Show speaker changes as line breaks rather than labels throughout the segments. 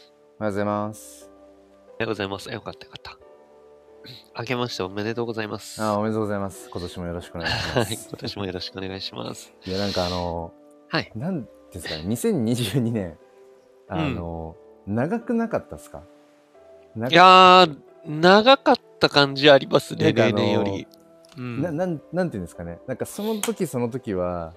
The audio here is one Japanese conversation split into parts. おはようございます。
ありがとうございます。あよかったよかった。あけましておめでとうございます。
あ
は
おめでとうございます。今年もよろしくお願いしま
い、
す
今。年もよろしくお願いします。
いや、なんかあの、
はい。
なんですかね、2022年、あの、長くなかったですか
いやー、長かった感じありますね、
なんかあ
例
の
年より。う。
なんなんなんていうんですかねなんかその時その時は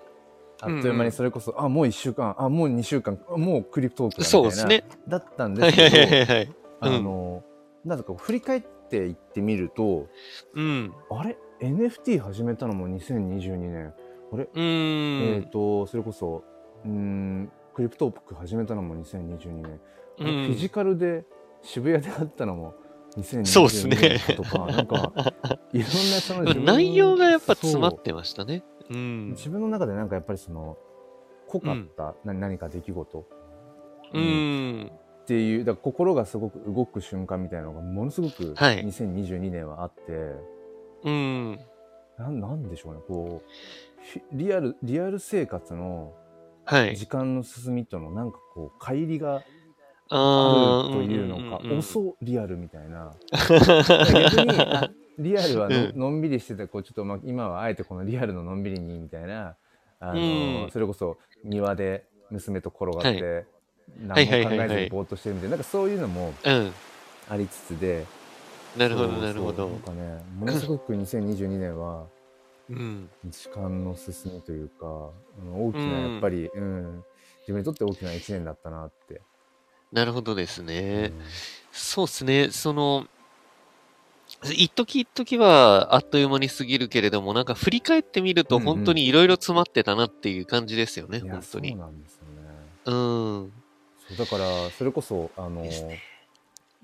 あっという
うんう
間
ん
にそれこそ、あもう1週間あもう2週間あもうクリプトークだみたいな
そうですね
だったん
は
で
い
す
はいは
け
いはい。
ど、
うん
あのなぜか振り返っていってみると
うん。
あれ NFT 始めたのも2022年あれ、
う
えっ、
ーん。
とそれこそうーんクリプトーク始めたのも2022年、あれ
うん
フィジカルで渋谷で会ったのも
そうっす
2022
ね
年とか、なん かいろんなその自分の
内容がやっぱ詰ま
そう
ってましたね。うん。
自分の中でなんかやっぱりその濃かった、な何か出来事
う
っ
ん。
ていうだから心がすごく動く瞬間みたいなのがものすごく
はい
2022年はあって、
うん。
なんなんでしょうねこうひリアルリアル生活の
はい。
時間の進みとのなんかこう乖離が
あ
あ
ー
るというのか、
んんん
遅リアルみたいな逆 にあリアルはの
うん
のんびりしててこうちょっとまあ今はあえてこのリアルののんびりにみたいなあの、
うん
それこそ庭で娘と転がって、
は
何
い
も
はいはい
考
はい
えずにぼーっとしてるみたいな,、なんかそういうのも
うん。
ありつつで
なるほど
そうそう
なるほ
な
ど
ん。かねものすごく2022年は
うん。
時間の進みというかあの大きなやっぱり、うん自分にとって大きな1年だったなって。
なるほどですね。
うん
そうですね、その、一時一時はあっという間に過ぎるけれども、なんか振り返ってみる
う
と
んうん
本当にいろいろ詰まってたなっていう感じですよね、
いや
本当
そ
に
う。なんですよね
うん。
そうだからそれこそあの
ですね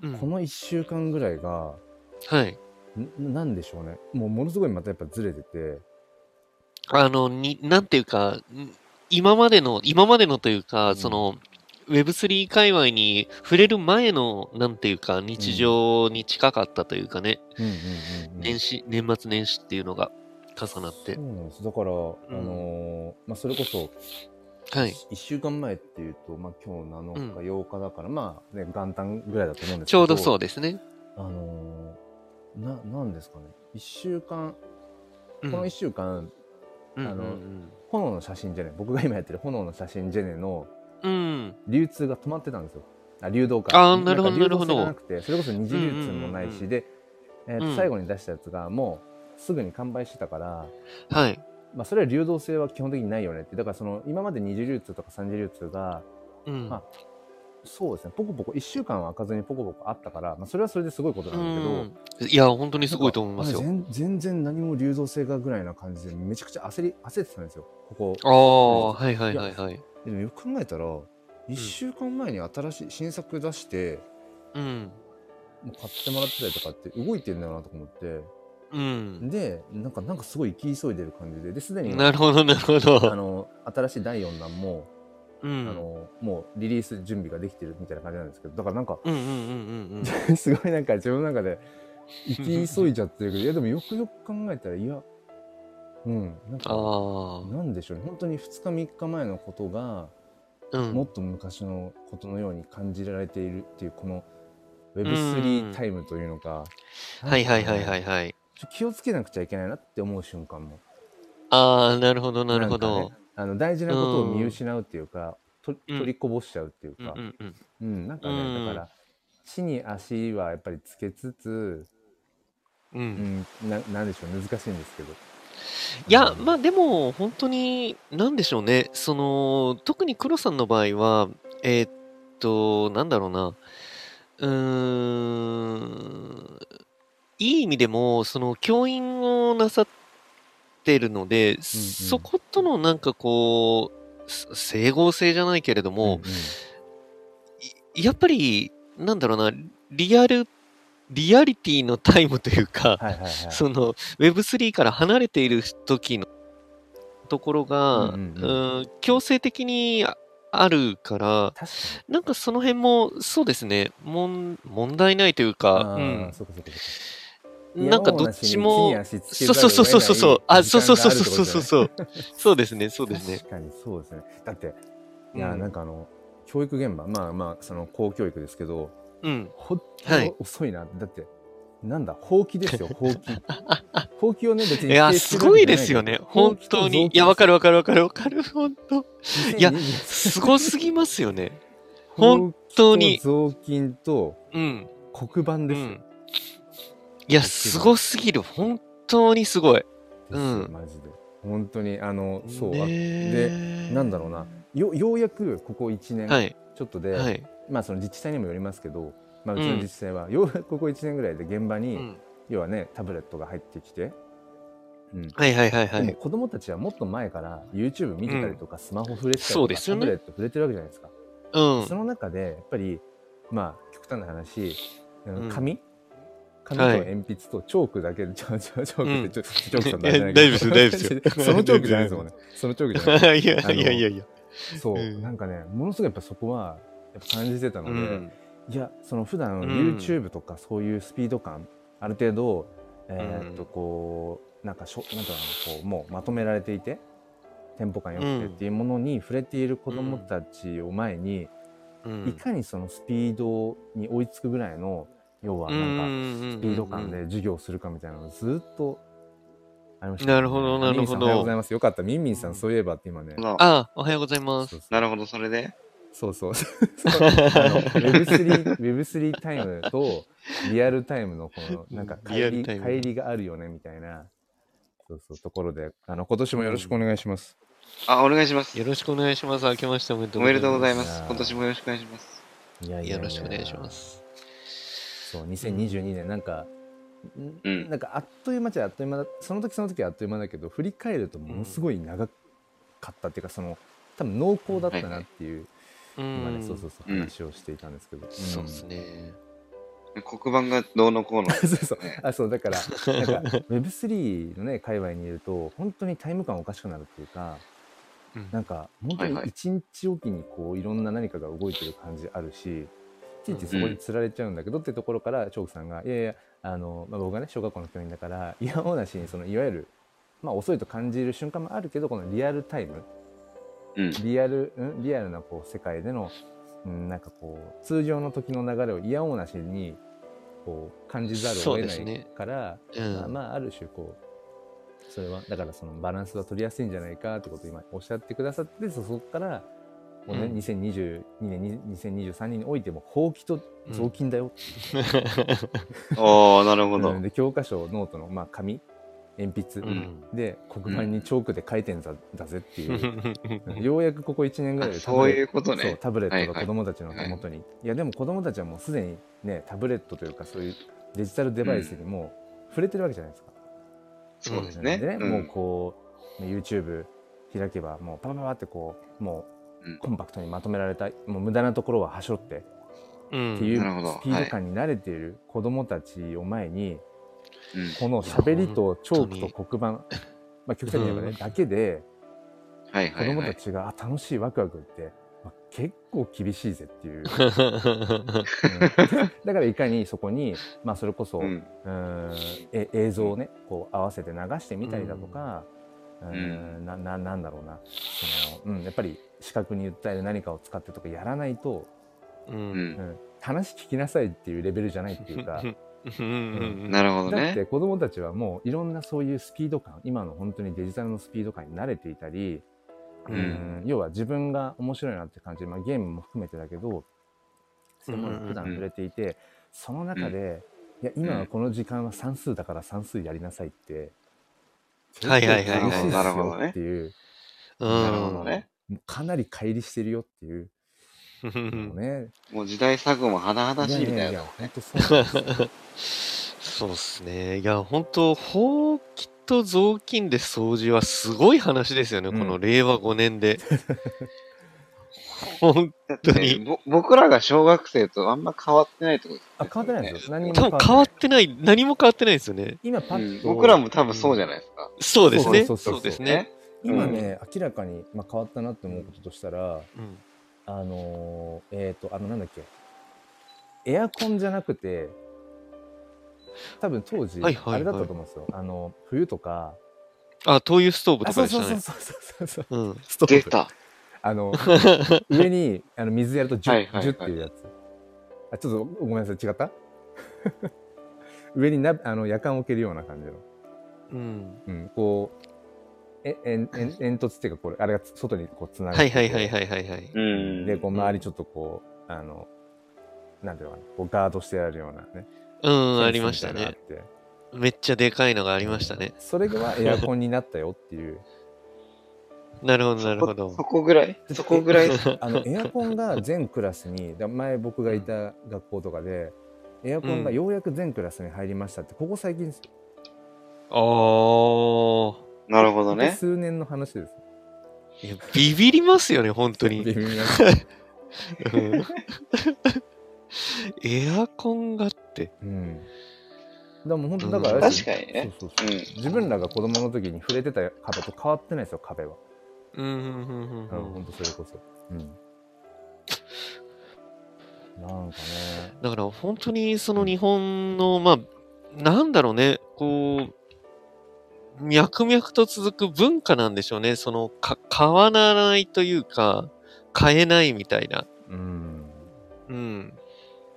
う
こ
ん、
の1週間ぐらいが
はい。
んなんでしょうねもうものすごいまたやっぱずれてて
あの、に、なんていうか、ん今までの、今までのというか、
うん
その、Web3 界隈に触れる前の、なんていうか、日常に近かったというかね、
うんうんうんうん
年始、年末年始っていうのが重なって
そ。うなんですだから、あのーまあ、それこそ
はい。
1週間前っていうと、まあ、今日7日8日だから、まあね元旦ぐらいだと思うんですけ
ちょうどそううですね。
あのーななんですかね1週間
う
こ
ん
の1週間、
うん
あの
うん
炎の写真じゃね僕が今やってる炎の写真ジェネの
うん。うん。
流通が止まってたんですよ。あ流動化。
あーなるほど
んか流動性
なるほど
がなくて、それこそ二次流通もない
うんうんうんう
し、
ん
で、えーと
うん
最後に出したやつがもうすぐに完売してたから、
はい。
まあ、それは流動性は基本的にないよねって。だからその今まで二次流通とか三次流通が、
うん。
まあそうですね、ポコポコ、1週間は開かずにポコポコあったから、まあ、それはそれですごいことなんだけど、
うんいや、本当にすごいと思いますよ
な。んかあれ全全然何も流動性がぐらいな感じで、めちゃくちゃ焦り、焦ってたんですよ、ここ。
ああ、はいはいはいはい。
でもよく考えたら、1週間前に新しい新作出して、
うん。
もう買ってもらってたりとかって動いてんだよなとか思って
うん。
でなんかなんかすごい生き急いでる感じでですでに
なるほど、なるほ
あ
ど。
の新しい第4弾も、
うん。
あのもうリリース準備ができてるみたいな感じなんですけどだからなん か
うんうん うんうん
すごいなんか自分の中で生き急いじゃってるけどいやでもよくよく考えたらいやうんなんか
うん。あ
なんでしょうね本当に2日3日前のことが
あ。うん。
もっと昔のことのように感じられているっていうこの
うん
Web3 タイムというのか、
はいはいはい
い
はいはい。
ちょ気をつけなくちゃいけないなって思う瞬間も
ああ、なるほど、なるほ
ん
ど
かね。あの大事なことを見失うっていうか、と取りこぼしちゃうっていう
うん
か、
うんうん。
うんなんかね、
うん
だから地に足はやっぱりつけつつ、
う。
うんん、ななんでしょう難しいんですけど
いや、まあでも、本当に、なんでしょうね。その、特に黒さんの場合は、えーっと、なんだろうな。うーん、いい意味でも、その、教員をなさってるので、そことのなんかこう、す整合性じゃないけれども、
うんうん
いやっぱり、なんだろうな、リアル、リアリティのタイムというか、
はいはいはい
その Web3 から離れている時のところが、
う
うんん
うんうん
強制的にああるから、
確かに
なんかその辺もそうですね、もん問題ないという
あ
か、う
ー
ん
そうかそうかそ
なんか
う
どっち
地に
も、
足つけ
そうそうそうそうそう、あ、そうそうそうそうそう
う
そう、そうですね、そうですね。
確かにそうですねだっていや、
うん
なんかあの教育現場まあまあその公教育ですけど
うん。
ほんと
はい
遅いな、だってなんだほうき ですよほうきほうきをね別
い
に
や、
否定
す
てるわ
ご
け
い
じゃ
で
な
す
けど
よね。
ほ
本
うきと
当
雑
に。
巾
いや、わかるわかるわかるわかる。本当。いや
2020
すごすぎます よね。本当に。
ほうきと雑巾と
うん。
黒板
う
ですよ、
ん。いや、すごすぎる。本当にすごい。うん
ですよマジで本当にあのそう、
ねえ
あなんだろうな。よようやくここ1
は
年
い。
ちょっとで、
はい。
まあその自治体にもよりますけど、まあ、う
うん
ちの自治体は、ようやくここ1年ぐらいで現場
う
に、
ん。
要はねタブレットが入ってきて、うん
はいはいはいは
でも
い。
子供たちはもっと前から YouTube 見てたりとか、スマホ触れてたり
そ
と
う
か、
です
タ
よ
ブ
ね
レット触れてるわけじゃないですか、
うん。
その中でやっぱりまあ極端な話あの
うん
紙、紙と
はい
鉛筆とチョークだけで、ちょちょチョークってちょ、チョークさん
いや
大丈
大丈夫ですよ大丈夫ですよ
そのチョークじゃないですもんね。そのチョークじゃないです。
いやいやいやいや。
そう、
うん
なんかねものすごいやっぱそこはやっぱ感じてたの
う
で、
ん。
いやその普段
うん
YouTube とかそういうスピード感、ある程度えーっ
う
と
ん
こうなんかしょなんかこうもうまとめられていてテンポ感よくてっていうものに触れている子どもたちを前に、
う
いかにそのスピードに追いつくぐらいの要はなんか
ん
スピード感で授業するかみたいなのをずっとありましたね、
なるほどなるほど
ミンミンさんおはようございますよかったミンミンさ
うん
んそういえばって今ね、
な
ああ、おはようござい
そう
ま
そ
す。
う
なるほど、それで。
そうそう。 そうあの Web3、Web3 タイムとリアルタイムのこの、なんか
リア
帰
ル
り、
タイム
帰りがあるよねみたいな、そうそう、ところで、あの、今年もよろしくお願いします。
あ、お願いします
よ。ろしくお願いします。明けましておめでと
お
う
めでとうござい
ま
ます
いや。ー
今年もよろしくお願いします。
いやいやいや
よろしくお願いしま。す。
そう、2022年、なんか、ん
うん
なんかあっという間じゃあっという間だ、その時その時はあっという間だけど、振り返るとものすごい長かったっていうか、その、多分濃厚だったなっていう、
う
今
ん。
ね、そうそうそう、
うん
話をしていたんですけど。
そうです
ん
ね。
黒板がどうのこうの。
そうそう
ね
あそうだからなんか Web3 のね界隈にいると本当にタイム感おかしくなるっていうかなんか本当
はい
に
はい
一日おきにこういろんな何かが動いてる感じあるしついついそこにつられちゃうんだけどってところからチョークさんが「いやいやあの、まあ、僕がね小学校の教員だから いやおうなしにそのいわゆる、まあ、遅いと感じる瞬間もあるけどこのリアルタイム
うん。
リアル、ん、リアルなこう世界での、うん、なんかこう通常の時の流れをいやおうなしにこう感じざるを
そう
得
で
な
す
い
ね
から、
うん
まあ、まあある種こうそれはだからそのバランスは取りやすいんじゃないかってことを今おっしゃってくださってそそこからもう、ね
うん
2022年に2023年においてもほうきと雑巾だよ、
おー、なるほど
うん。で教科書ノートの、まあ、紙鉛筆、
うん。
で黒板にチョークで書いてんだ,、だぜっていううんようやくここ1年ぐらいで
あそういうことね
そうタブレットが
はいは
子
い
供たちの手元に、いやでも子供たちはもうすでにねタブレットというかそういうデジタルデバイスにもう触れてるわけじゃないですか、
そうです
な
ね
んで。ね、
うん
もうこう YouTube 開けばもうパパパパってこうも
うん
うコンパクトにまとめられたもう無駄なところははしょって
うん
っていうス
なるほど
ピード感に慣れている子供たちを前に、
うん
この喋りとチョークと黒板まあ極端に言えばね、
うん
だけで
はいは
子
い
供
は
た
い。
ちが、あ楽しいワクワクって、まあ、結構厳しいぜって いう、うんだからいかにそこに、まあ、それこそ、う
うん。
ーんえ映像をねこう合わせて流してみたりだとか、うーんなななんだろうなその、うん、やっぱり視覚に訴える何かを使ってとかやらないと、
う。
うん。
うんん、話聞きなさいっていうレベルじゃないっていう か。
うん。
なるほど
だって
ね。
子どもたちはもういろんなそういうスピード感今の本当にデジタルのスピード感に慣れていたり、
うん
うん要は自分が面白いなって感じる、まあ、ゲームも含めてだけどそういうものに普段触れていて、その中で、いや今はこの時間は算数だから算数やりなさいって、
はいはいはい
厳しいっ
はい。
す
なるほ
よ
どね
っていう、
なるほどね。
もうかなり乖離してるよっていう
うん
のね、
もう時代錯誤も甚だしいみたいな。
本当そうなんですよ
そうっすね。いや、本当ほうきと雑巾で掃除はすごい話ですよね、
うん
この令和5 年で。本
だっ
当
て
に
ねぼ僕らが小学生とあんま変わってないってことです
あ変わってないんですよ何にも
多分変わってない、何も変わってないですよね。
今パッと、
うん僕らも多分そうじゃ
い
ないですか。
そうですね。
そう
そ
そうそうそう
うですね。
今ね、明らかに、まあ、変わったなって思うこととしたら、
うん
あのー、えっ、と、あの、なんだっけ、エアコンじゃなくて、多分当時、
はいはいはい
あれだったと思うんですよ。あの、冬とか、
あ、灯油ストーブ
あ、
と
そ
か
う
でし
そうそうそうそう
たね。
そうそう。
うん。
スト
出た。
あ の上にあの水やると
はい
10,
はいはい
10っていうやつあちょっとごめんなさい違った 上になあの夜間置けるような感じの、
うん。
うん、こうええんえん煙突っていうかこれあれが外にこうつながって
はいはい
て
はいはいはいはい。
うん。
でこう周りちょっとこうあのなんていうのかなこうガードしてやるようなね
うん、
フェ
あ
ンス
りました
みいな
ね
の。があって
めっちゃでかいのがありましたね。
それがエアコンになったよっていう
なるほどなるほ
そ
ど。
そこぐらい そこぐらいですか
あのエアコンが全クラスにだ前僕がいた学校とかでエアコンがようやく全クラスに入りましたってここ最近です
あー。
なるほど
ここ
ね。
数年の話です
いやビビりますよね、本当に。
微妙な
うん エアコンがって。
うんだからもう本当だか
うん
ら
確かにね
そうそう
う。
そうん自分らが子供の時に触れてた壁と変わってないですよ壁は
うんうんうんうん
う
うん
ん、本当それこそ。うん。なんかね。
だから本当にその日本の、まあ、なんだろうね、こう、脈々と続く文化なんでしょうね。その、か、変わらないというか、変えないみたいな。
うん。
うん。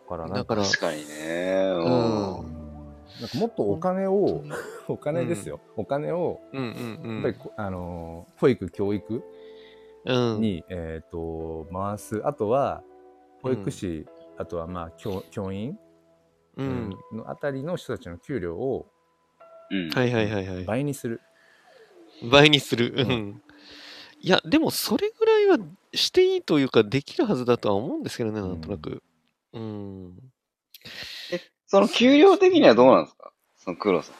からなん
だか
か。
ら、
確かにね。
う
うん
う
ん
ん。
なんかもっとお金を、 お金ですよ。お金を、
うんう
やっ
ん
ぱりこ、あのー、保育、教育
うん。うん。
に、えっ、と、回す。あとは、保育士、あとはまあ教、教員、
うん。
のあたりの人たちの給料を
うん。
はいはいはいはい。
倍にする。
倍にする。う
うん
ん。いや、でもそれぐらいはしていいというか、できるはずだとは思うんですけどね、なんとなく。うん。
その給料的にはどうなんですかその黒さん。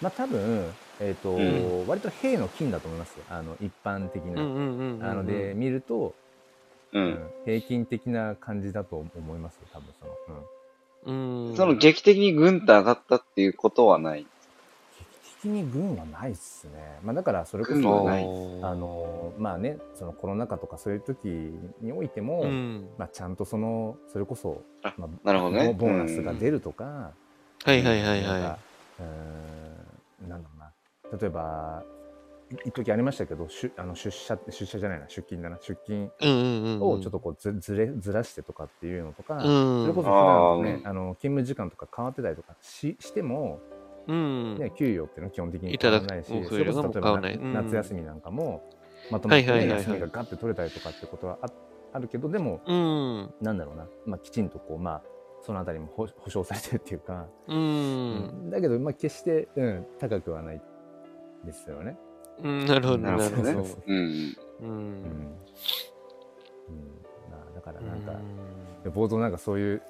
まあ、多分、えっ、と、
う
割と兵の金だと思いますよ。あの、一般的
うん
な。
うんうんうん。
なので、、見ると、
う。
うんん平均的な感じだと思いますよ多分その、うん、
うん。
その劇的にぐんと上がったっていうことはない。
劇的に軍はないっすね、まあ、だからそれこ
軍は
そ、
ない
あのまあねそのコロナ禍とかそういう時においても、
うん。
まあ、ちゃんとそのそれこそ
あ
まあ
なるほどね。
ボボーナスが出るとか、
はいはいはい
なんか
は
うーんなんだろうな例えばい一時ありましたけど出あの出社出社じゃないな出勤だな出勤
い。うんうんうん。
をちょっとこうずずれずらしてとかっていうのとか、
うん。
それこそ普段ね、あの勤務時間とか変わってたりとかししても、
うん。
ね、給与っていうのは基本的に
いた
変わ
だ
ら
く
ないし、
お
それ
給料
こ
が
そ例え
もう変
ば
わらないうん
夏休みなんかも、まとまっ
はいは
て
いはいはい
休みがガッて取れたりとかってことはああるけど、でも、
うん。
なんだろうな、まあ、きちんとこう、まあ、そのあたりも保保障されてるっていうか、
うん。
だけど、まあ、決して、うん、高くはないですよね。
うん。なるほど、なるほ
そ
ど
うそう。
うんうん。
う。
うんんうんまあ、だからなんか、冒頭なんかそういう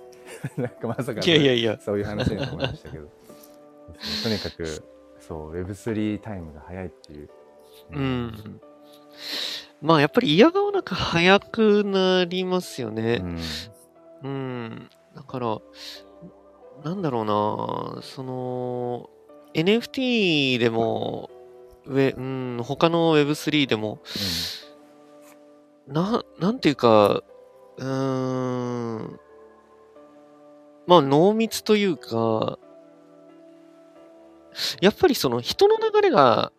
なんかまさか
いやいやいや。
そういう話になりましたけど とにかくそう Web3 タイムが早いっていう、
うん。まあやっぱり嫌顔なく早くなりますよね。
うん
うん、だから、なんだろうな、その、NFT でも、ウェうん、他の Web3 でも、な、なんていうか、うーん、まあ、濃密というか、やっぱりその人の流れが、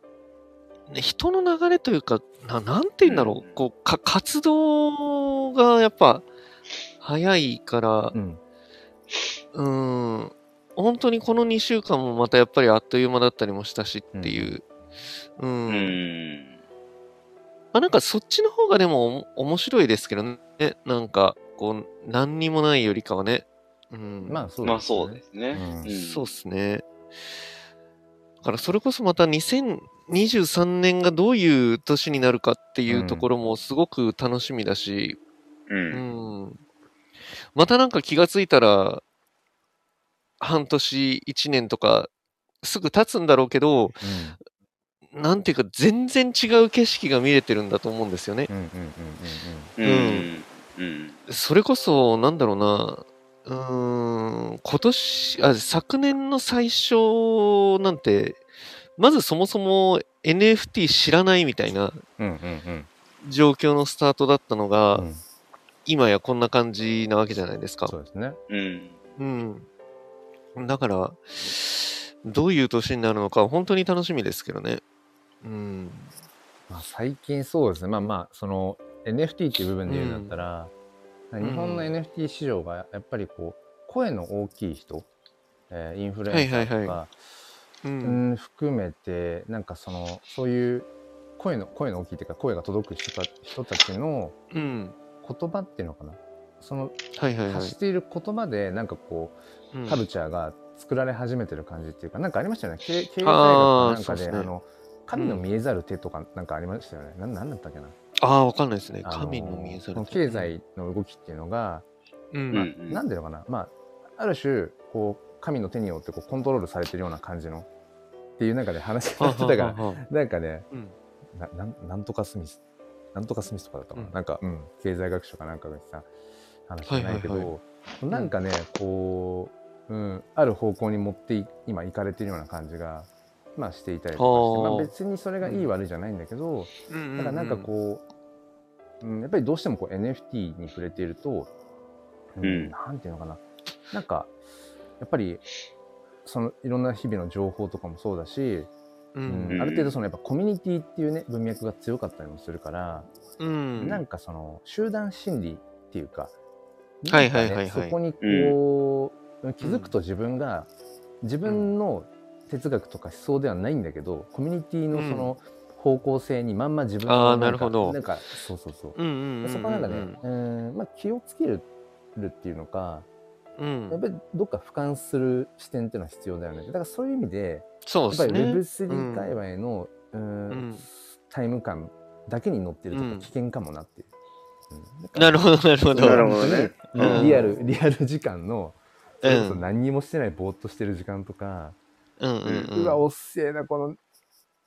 ね人の流れというか、ななんて言うんだろ
うん
う、こう、か、活動がやっぱ、早いから
う、ん
うーん、本当にこの2週間もまたやっぱりあっという間だったりもしたしっていう。うん。
うん。
まあなんかそっちの方がでもお面白いですけどね。なんか、こう、何にもないよりかはね。うん。
まあそう
まあそうですすね。
ね
そうっすね。だからそれこそまた2023年がどういう年になるかっていうところもすごく楽しみだし、
う。
うんんまたなんか気がついたら、半年、一年とか、すぐ経つんだろうけど、なんていうか全然違う景色が見れてるんだと思うんですよね。
うんうんうんうん
うんん。うん。
それこそ、なんだろうな、うーん、今年、あ、昨年の最初なんて、まずそもそも NFT 知らないみたいな
うんうんうんうん
状況のスタートだったのが、
うん
今やこんな感じなわけじゃないですか。
そうですね
うん。
うん。だから、どういう年になるのか、本当に楽しみですけどね。うん。
まあ、最近そうですねまあまあその NFT っていう部分で言うんだったら、
ん
日本の NFT 市場がやっぱりこう声の大きい人、えーインフル
は
エ
い
ンサ
はい
ーとか、
はいう。
うんん、含めてなんかそのそういう声の声の大きいっていうか声が届く人た人たちの
うん。
言葉っていうのかなその
はいはいは
発
い
している言葉でなんかこ
う。
うんカルチャーが作られ始めてる感じっていうかなんかありましたよね経経営大学か
あー
なんか
そう
で
っす
あ
ね
の神の見えざる手とかなんかありましたよね、なん、なんだったっけな
ああ、わかんないですね。
あの
神の見えざ
こ
る
の。経。済の動きっていうのが、
う。
うんん。
なんていうのかなまあある種こう神の手によってこうコントロールされてるような感じのっていう中で話が
は
な
あ
ってた
は
か
あ
ら
はあはあ
なんかね
うん。
ななんなんとかスミスなんとかスミスとかだったかな、
うん
なんか、うん、経済学者かなんかがさ話じゃないけど、
はいはい
なんかねこう、うん、ある方向に持ってい今行かれてるような感じが、まあ、していたりとかし
はあ
て、まあ、別にそれがいい悪いじゃないんだけど、
うんうんうん
ただなんかこう、うん、やっぱりどうしてもこう NFT に触れていると、うん
うん
なんていうのかななんかやっぱりそのいろんな日々の情報とかもそうだし、
う
うんん、ある程度そのやっぱコミュニティっていうね文脈が強かったりもするから、
うん。
なんかその集団心理っていうか
はいはい
なんかね
はいはい
そこにこう、気づくと自分が自分の哲学とか思想ではないんだけど、コミュニティのその方向性にまんま自分
あー
の
なるほど
なんかそうそうそう、
うんうんうんうん。
そこはなんかね、うんまあ、気をつけるっていうのか
うん。
やっぱりどっか俯瞰する視点っていうのは必要だよねだからそういう意味で
そ
や
うで
っぱ
す
り
ね。
Web3 界隈の、うん
うん
タイム感だけに乗ってるとやっぱ危険かもなっていう。うん
なるほど、なるほ
なる
ど。
ほどね
本当に
うん
リアル、リアル時間の、
う
それこそ
ん。
何にもしてないぼーっとしてる時間とか、
うんうん
う
うん。
わ、おっせえな、この、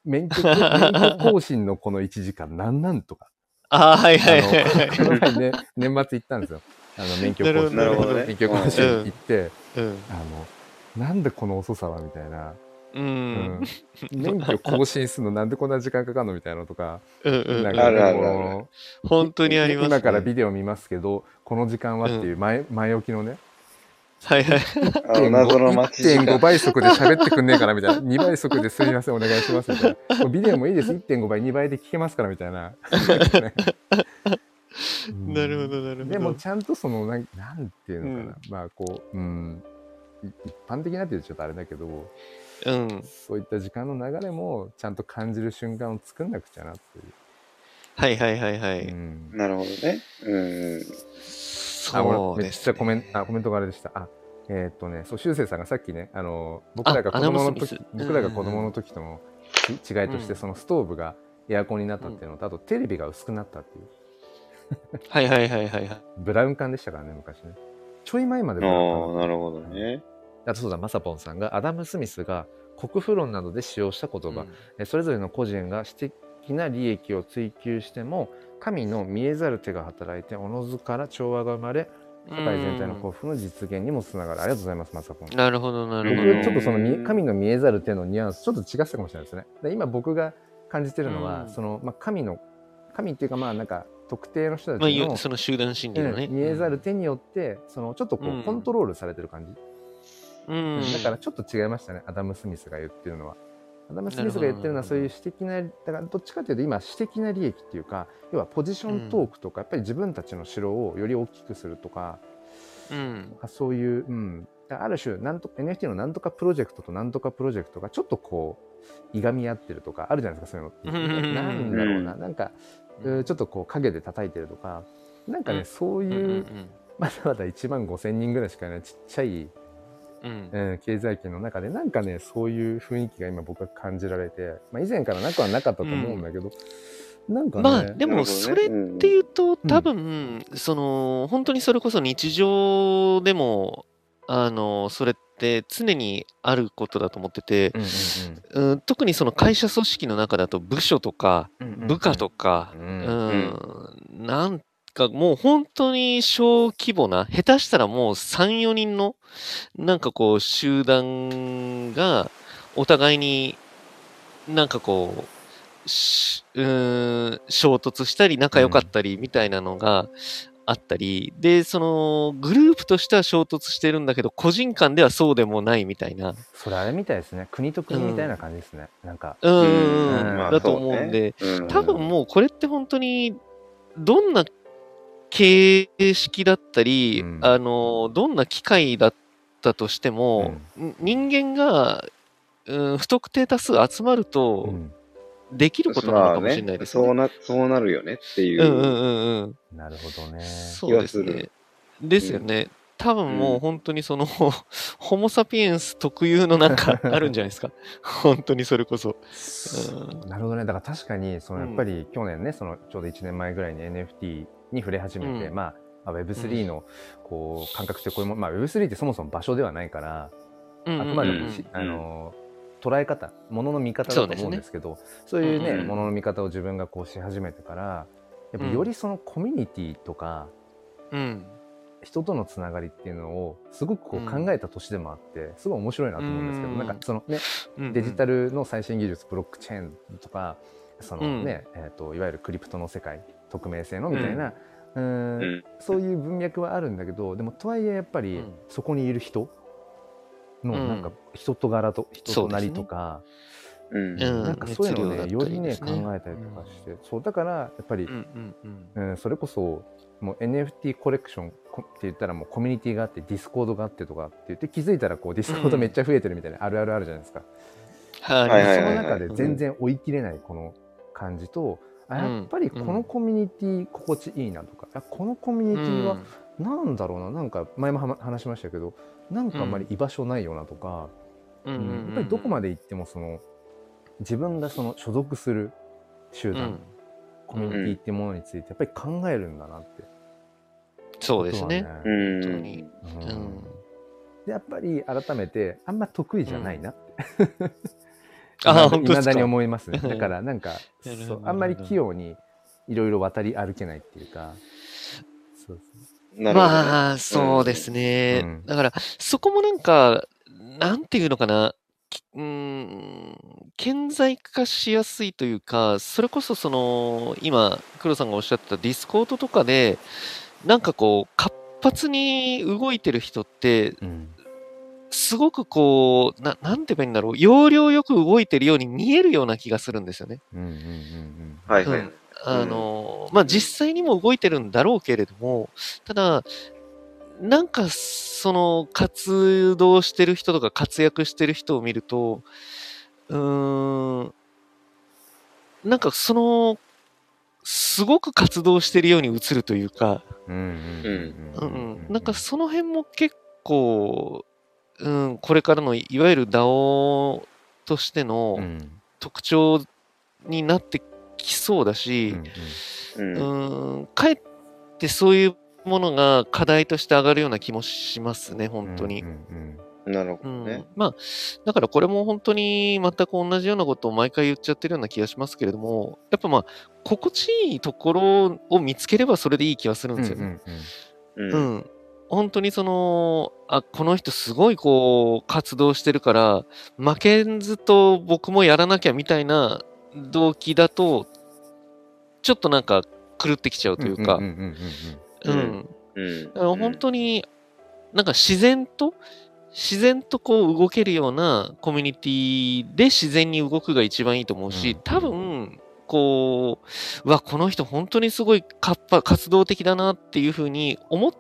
免許免許更新のこの1時間、なんなんとか。
ああ、はい
あ
はいはいはい。
の、この前ね、年末行ったんですよ。あの、免許更新。
なるほ
どね
免許更新
うん
行って、
うん。
あの、なんでこの遅さはみたいな、
う。
うん免許更新するのなんでこんな時間かかるのみたいなのとか、
うんうん
な
うんん。
か
あるある
こ
ある
の
本当にありますね。
今からビデオ見ますけど、この時間はっていう前,、前置きのね、
はいはい。
あの謎の待ち時
1.5
間。
倍速で喋ってくんねえからみたいな、2倍速ですみません、お願いしますみたいな。もうビデオもいいです、1.5倍、2倍で聞けますからみたい な。うん
なるほど、なるほど。
でも、ちゃんとそのなん、なんていうのかな、まあこう、うん、い一般的なって言っちゃうとあれだけど、
うん。
そういった時間の流れもちゃんと感じる瞬間を作んなくちゃなっていう。
はいはいはいはい。
うん
なるほどね。うん。
あ
そ
俺
う
め
で
っ
す、
ち
ね。
ゃコメント、あ、コメントがあれでした。あ、えーっとね、そう、修正さんがさっきね、あの、僕らが子供の
アナウンス
時
ミス、
僕らが子供の時とのち違いとし
う
て、
ん
そのストーブがエアコンになったっていうのと、あとテレビが薄くなったっていう、
はいはいはいはいはい。
ブラウン管でしたからね、昔ね。ちょい前まで
あ
ブ
あ
ラウン管
ー、なるほどね。
あとそうだ、マサポンさんが、アダム・スミスが国富論などで使用した言葉、えそれぞれの個人が私的な利益を追求しても、神の見えざる手が働いて、おのずから調和が生まれ、
うん
社会全体の幸福の実現にもつながる。ありがとうございます、マサポン
なるほどなるほど。
僕ちょっとその見
うん
神の見えざる手のニュアンスちょっと違ってたかもしれないですね。で今僕が感じてるのは、
うん
そのまあ神の神っていうかまあなんか特定の人た
まあ
ち
い
の
う、その集団心理
う
の
ん
ね。
見えざる手によってそのちょっとこ
うん
うコントロールされてる感じ、
うん。
だからちょっと違いましたねアダム・スミスが言ってるのは。アダム・スミスが言ってるのは
なるほど
そういう私的なだからどっちかというと今私的な利益っていうか要はポジショントークとか、やっぱり自分たちの城をより大きくするとか、
うん。
あそういう、うん、だからある種なんと NFT のなんとかプロジェクトとなんとかプロジェクトがちょっとこういがみ合ってるとかあるじゃないですかそういうのっ
うん
てなんだろうななんか、うんちょっとこう影で叩いてるとかなんかね、
うん
そう
うんう
いう、
ん
まだまだ1万5,000人ぐらいしかいないちっちゃい、
うん。
うん経済圏の中でなんかねそういう雰囲気が今僕は感じられて、まあ、以前からなくはなかったと思うんだけど、なんかね、
まあで
なる
も
ほどね
それ
うん
っていうと多分その本当にそれこそ日常でもあのそれって常にあることだと思ってて、
うん
うん、特にその会社組織の中だと部署とか
うんうん
部下とか
う、
うんん、なんかもう本当に小規模な、下手したらもう3、4人の、なんかこう集団が、お互いになんかこう、しうーん、衝突したり仲良かったりみたいなのが、あったり、で、その、グループとしては衝突してるんだけど、個人間ではそうでもないみたいな、
それあれみたいですね国と国みたいな感じですね、なんか
う
うん
ーん、
まあ
だと思うんで、
うん
多分もうこれって本当に、どんな形式だったり、
うん
あの、どんな機械だったとしても、人間が、うん、不特定多数集まると、
うん
できることなのかもしれないですね。
まあねそうな、そうなるよねっていうう。
んうんうんうん。
なるほどね
そうです
気がす
ね。ですよね。多分もう本当にその、 ホモ・サピエンス特有のなんかあるんじゃないですか。本当にそれこそ。う
なるほどねだから確かにその
う
や
ん
っぱり去年ねそのちょうど1年前ぐらいに NFT に触れ始めて、
うん
まあまあ Web3 のこう感覚ってこういうもの、まあ、Web3 ってそもそも場所ではないから、
うんうん
あ
うん
くまで
う
も
ん
し、あの捉え方ものの見方だと思うんですけどそう,、いうね
うん
ものの見方を自分がこうし始めてからやっぱよりそのコミュニティとか、
うん。
人とのつながりっていうのをすごくこ
う
うん考えた年でもあって、すごい面白いなと思うんですけど、
うん
なんかそのね
うんうん
デジタルの最新技術ブロックチェーンとかそのね、えー、といわゆるクリプトの世界匿名性のみたいな、うーん
うん
そういう文脈はあるんだけどでもとはいえやっぱり
うん
そこにいる人の
うん
なんか人と柄と人となりとか、
うん
うん
なんかそういうのをねよ
熱量だった
り
りで
ね
す
考
ね
えたりとかして、そうだからやっぱり
うんうんうん。
うん、それこそもう NFT コレクションこって言ったらもうコミュニティがあってディスコードがあってとかって言って気づいたらこうディスコードめっちゃ増えてるみたいな、あるあるあるじゃないですか、
はい
はいはい
その
はい
中で全然追い切れないこの感じと、あ
うん
やっぱりこのコミュニティ心地いいなとか、あこのコミュニティはなんだろうななんか前もはま話しましたけどなんかあんまり居場所ないよなとか、
うん
うんやっぱりどこまで行ってもその自分がその所属する集
うんうん
団、コミュニティってものについてやっぱり考えるんだなって。
そうですね。
う
うん。
本当に
ん
うん
でやっぱり改めてあんま得意じゃないなって、
あー
い
本当
ま
です
だ
か
に思いますねだからなんか
なるほど
そうあんまり器用にいろいろ渡り歩けないっていうかそう
なるほどね。
まあ、そうですね。
うん
だから、そこもなんか、なんていうのかな、きうーん、顕在化しやすいというか、それこそその、今、黒さんがおっしゃってたディスコードとかで、なんかこう、活発に動いてる人って、
そううん
すごくこう、ななんて言えばいいんだろう、要領よく動いてるように見えるような気がするんですよね。
うんうんうんうん
はいはい。
うんあの、まあ、実際にも動いてるんだろうけれども、ただ、なんか、その、活動してる人とか活躍してる人を見ると、うーん、なんかその、すごく活動してるように映るというか、
うん
う
うんん
うんなんかその辺も結構、うん、これからのいわゆる DAO としての
うんうん
特徴になってきそうだ
う
し、
ん
うん。うん
うーん、かえってそういうものが課題として上がるような気もしますね、本当に
う。んうん
なるほ
う
ど
ん
ね。
まあ、だからこれも本当に全く同じようなことを毎回言っちゃってるような気がしますけれども、やっぱまあ、心地いいところを見つければそれでいい気がするん
うん
ですよね。
う。
うんん。本当にその、あ、この人すごいこう、活動してるから、負けんずと僕もやらなきゃみたいな動機だと、ちょっとなんか狂ってきちゃうというか、
んんんん
う。
うん
う
ん
ん
うん。
だから本当に、なんか自然と、自然とこう動けるようなコミュニティで自然に動くが一番いいと思うし、
うん
多分、こう、うわ、この人本当にすごい活発、活動的だなっていうふうに思っ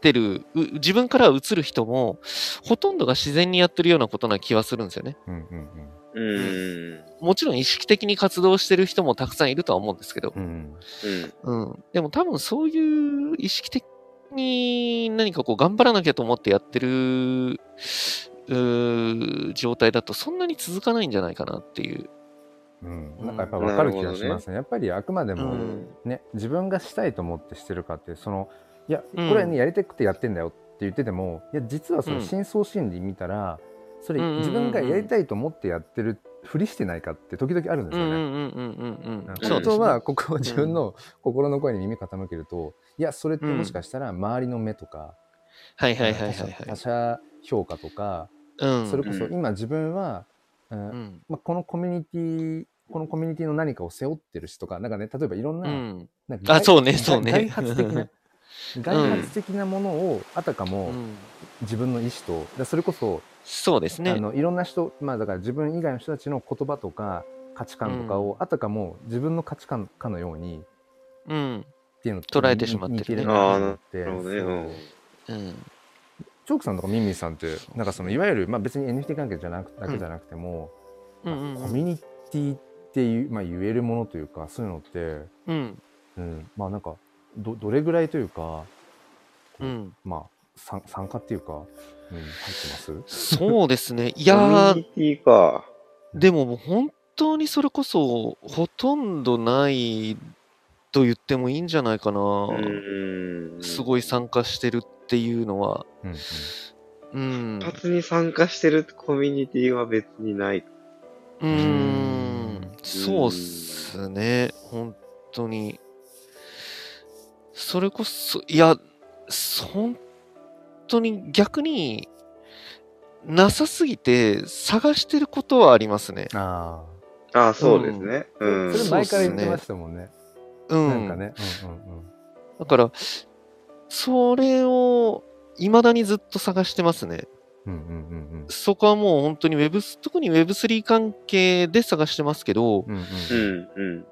てる、う自分からは映る人も、ほとんどが自然にやってるようなことな気はするんですよね。
うんうんうんうん
うん。うん。
もちろん意識的に活動してる人もたくさんいるとは思うんですけど、
うん
うん。
うん。でも多分そういう意識的に何かこう頑張らなきゃと思ってやってる、うー状態だとそんなに続かないんじゃないかなっていう。
うんなんかやっぱ分かる気がしますねやっぱりあくまで
う
も
ん
ね、自分がしたいと思ってしてるかってそのいやこ
うん
れはね、やりたくてやってんだよって言っててもいや実はそ
うん
の深層心理見たら、それ
うんうんうんうん
自分がやりたいと思ってやってるふりしてないかって時々あるんです
う
よ
んう
ね。
んうんうんうん。
なんか
そう
本
です
当
ね
はここを自分の心の声に耳傾けると、いやそれってもしかしたら周りの目とか、
はいはいはい
他者
はいは
他
い。
者評価とか、
うん。
それこそ今自分は、うん
うん。
まあ、このコミュニティこのコミュニティの何かを背負ってるしとかなんかね例えばいろん
う
な、
ん。
なんか
あ、
外
そうね、そうね。
外発的な外発的なものをあたかも
うん
自分の意思とだからそれこそ、
そうです
あ
ね。
のいろんな人まあだから自分以外の人たちの言葉とか価値観とかを、あたかも自分の価値観かのように
うん。
っていうの
捉えてしまってる
似てる
あー
なって
なるほどね。
そう
うん。
うん。
チョークさんとかミンミンさんってなんかそのいわゆる、まあ、別に NFT 関係じゃなくだけじゃなくても、
うん
まあ
う
コ
んうん
ミュニティっていう、まあ、言えるものというかそういうのって、
うん。
うん、まあなんかどどれぐらいというか、
うん。
まあ、参参加っていうか、うん、入ってます
そうですね。い
い
や
コミ
ー、
ュニティか。
でももう本当にそれこそ、ほとんどないと言ってもいいんじゃないかな。
うん
すごい参加してるっていうのは。
うんうん
うん。
活発に参加してるコミュニティは別にない。
うーん
う、
そうっすね、本当に。それこそ、いや、そ本当に逆に、なさすぎて探してることはありますね。
あ
ああ、そうですね。
あ、
うん。
それ前から言ってましたもんね。
うん。
なんかね。うんうんうん
だから、それを、未だにずっと探してますね。
うんうんうん
そこはもう本当に Web、特に Web3 関係で探してますけど、
うんうん
う
うん
ん、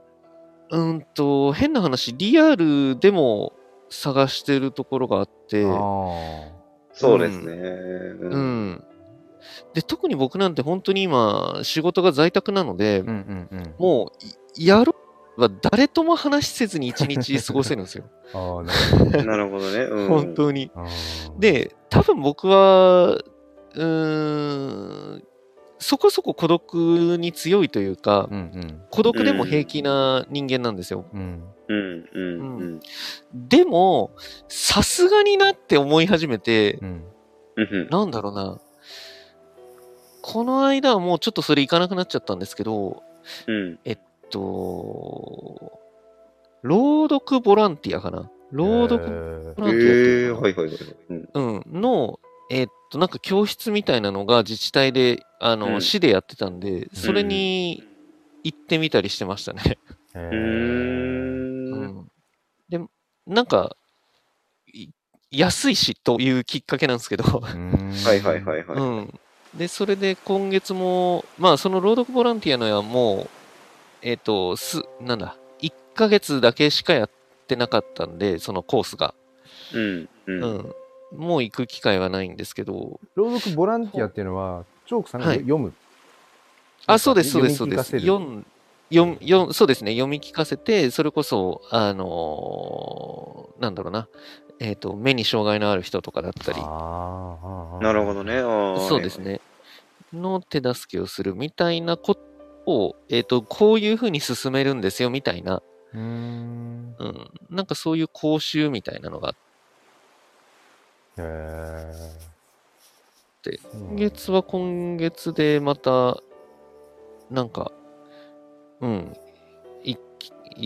うん。
うーんと、変な話、リアルでも探してるところがあって、
あ
そうですね。
う
うん。
ん。で、特に僕なんて本当に今、仕事が在宅なので、
ーうんうんうん
もう、いやろうは誰とも話せずに一日過ごせるんですよ。
ああな
なるほどね。 うん。
本当に。
るほど、
で、多分僕は、うーん、そこそこ孤独に強いというか
う、ん
孤独でも平気な人間なんですよ。
うんうん
うん、うん、うん。
でも、さすがになって思い始めて、
うん
うん
なんだろうな。この間はもうちょっとそれいかなくなっちゃったんですけど、
うん。
えっと、朗読ボランティアかな。朗読
え
ボ
ー
ランティアってい
ええ、
うのかな
はいはいはいはい。うん。
うん、の、えっと、なんか教室みたいなのが自治体で、あの、
うん
市でやってたんで、それに行ってみたりしてましたね。
え
う
う
ー。
んん。で、なんか、い安いしというきっかけなんですけど、
ー
はいはいはいは
うん、でそれで今月も、まあ、その朗読ボランティアのはもう、えっとすなんだ1ヶ月だけしかやってなかったんでそのコースが、
い。うん、う。
うんん、もう行く機会はないんですけど
朗読ボランティアっていうのはチョークさんが
はい
読む、
あそうですそうですそう
読み聞か
です
せる
読ん読ん読んそうですね読み聞かせてそれこそあのーなんだろうなえっ、と目に障害のある人とかだったり
あーあーあー
なるほどね。ああ
そうです。ね。の手助けをするみたいなことを、えっ、と、こういうふうに進めるんですよみたいな、
うーん
うん、なんかそういう講習みたいなのが、
へえ
で
今
今月は今月でまた、なんか、うん、い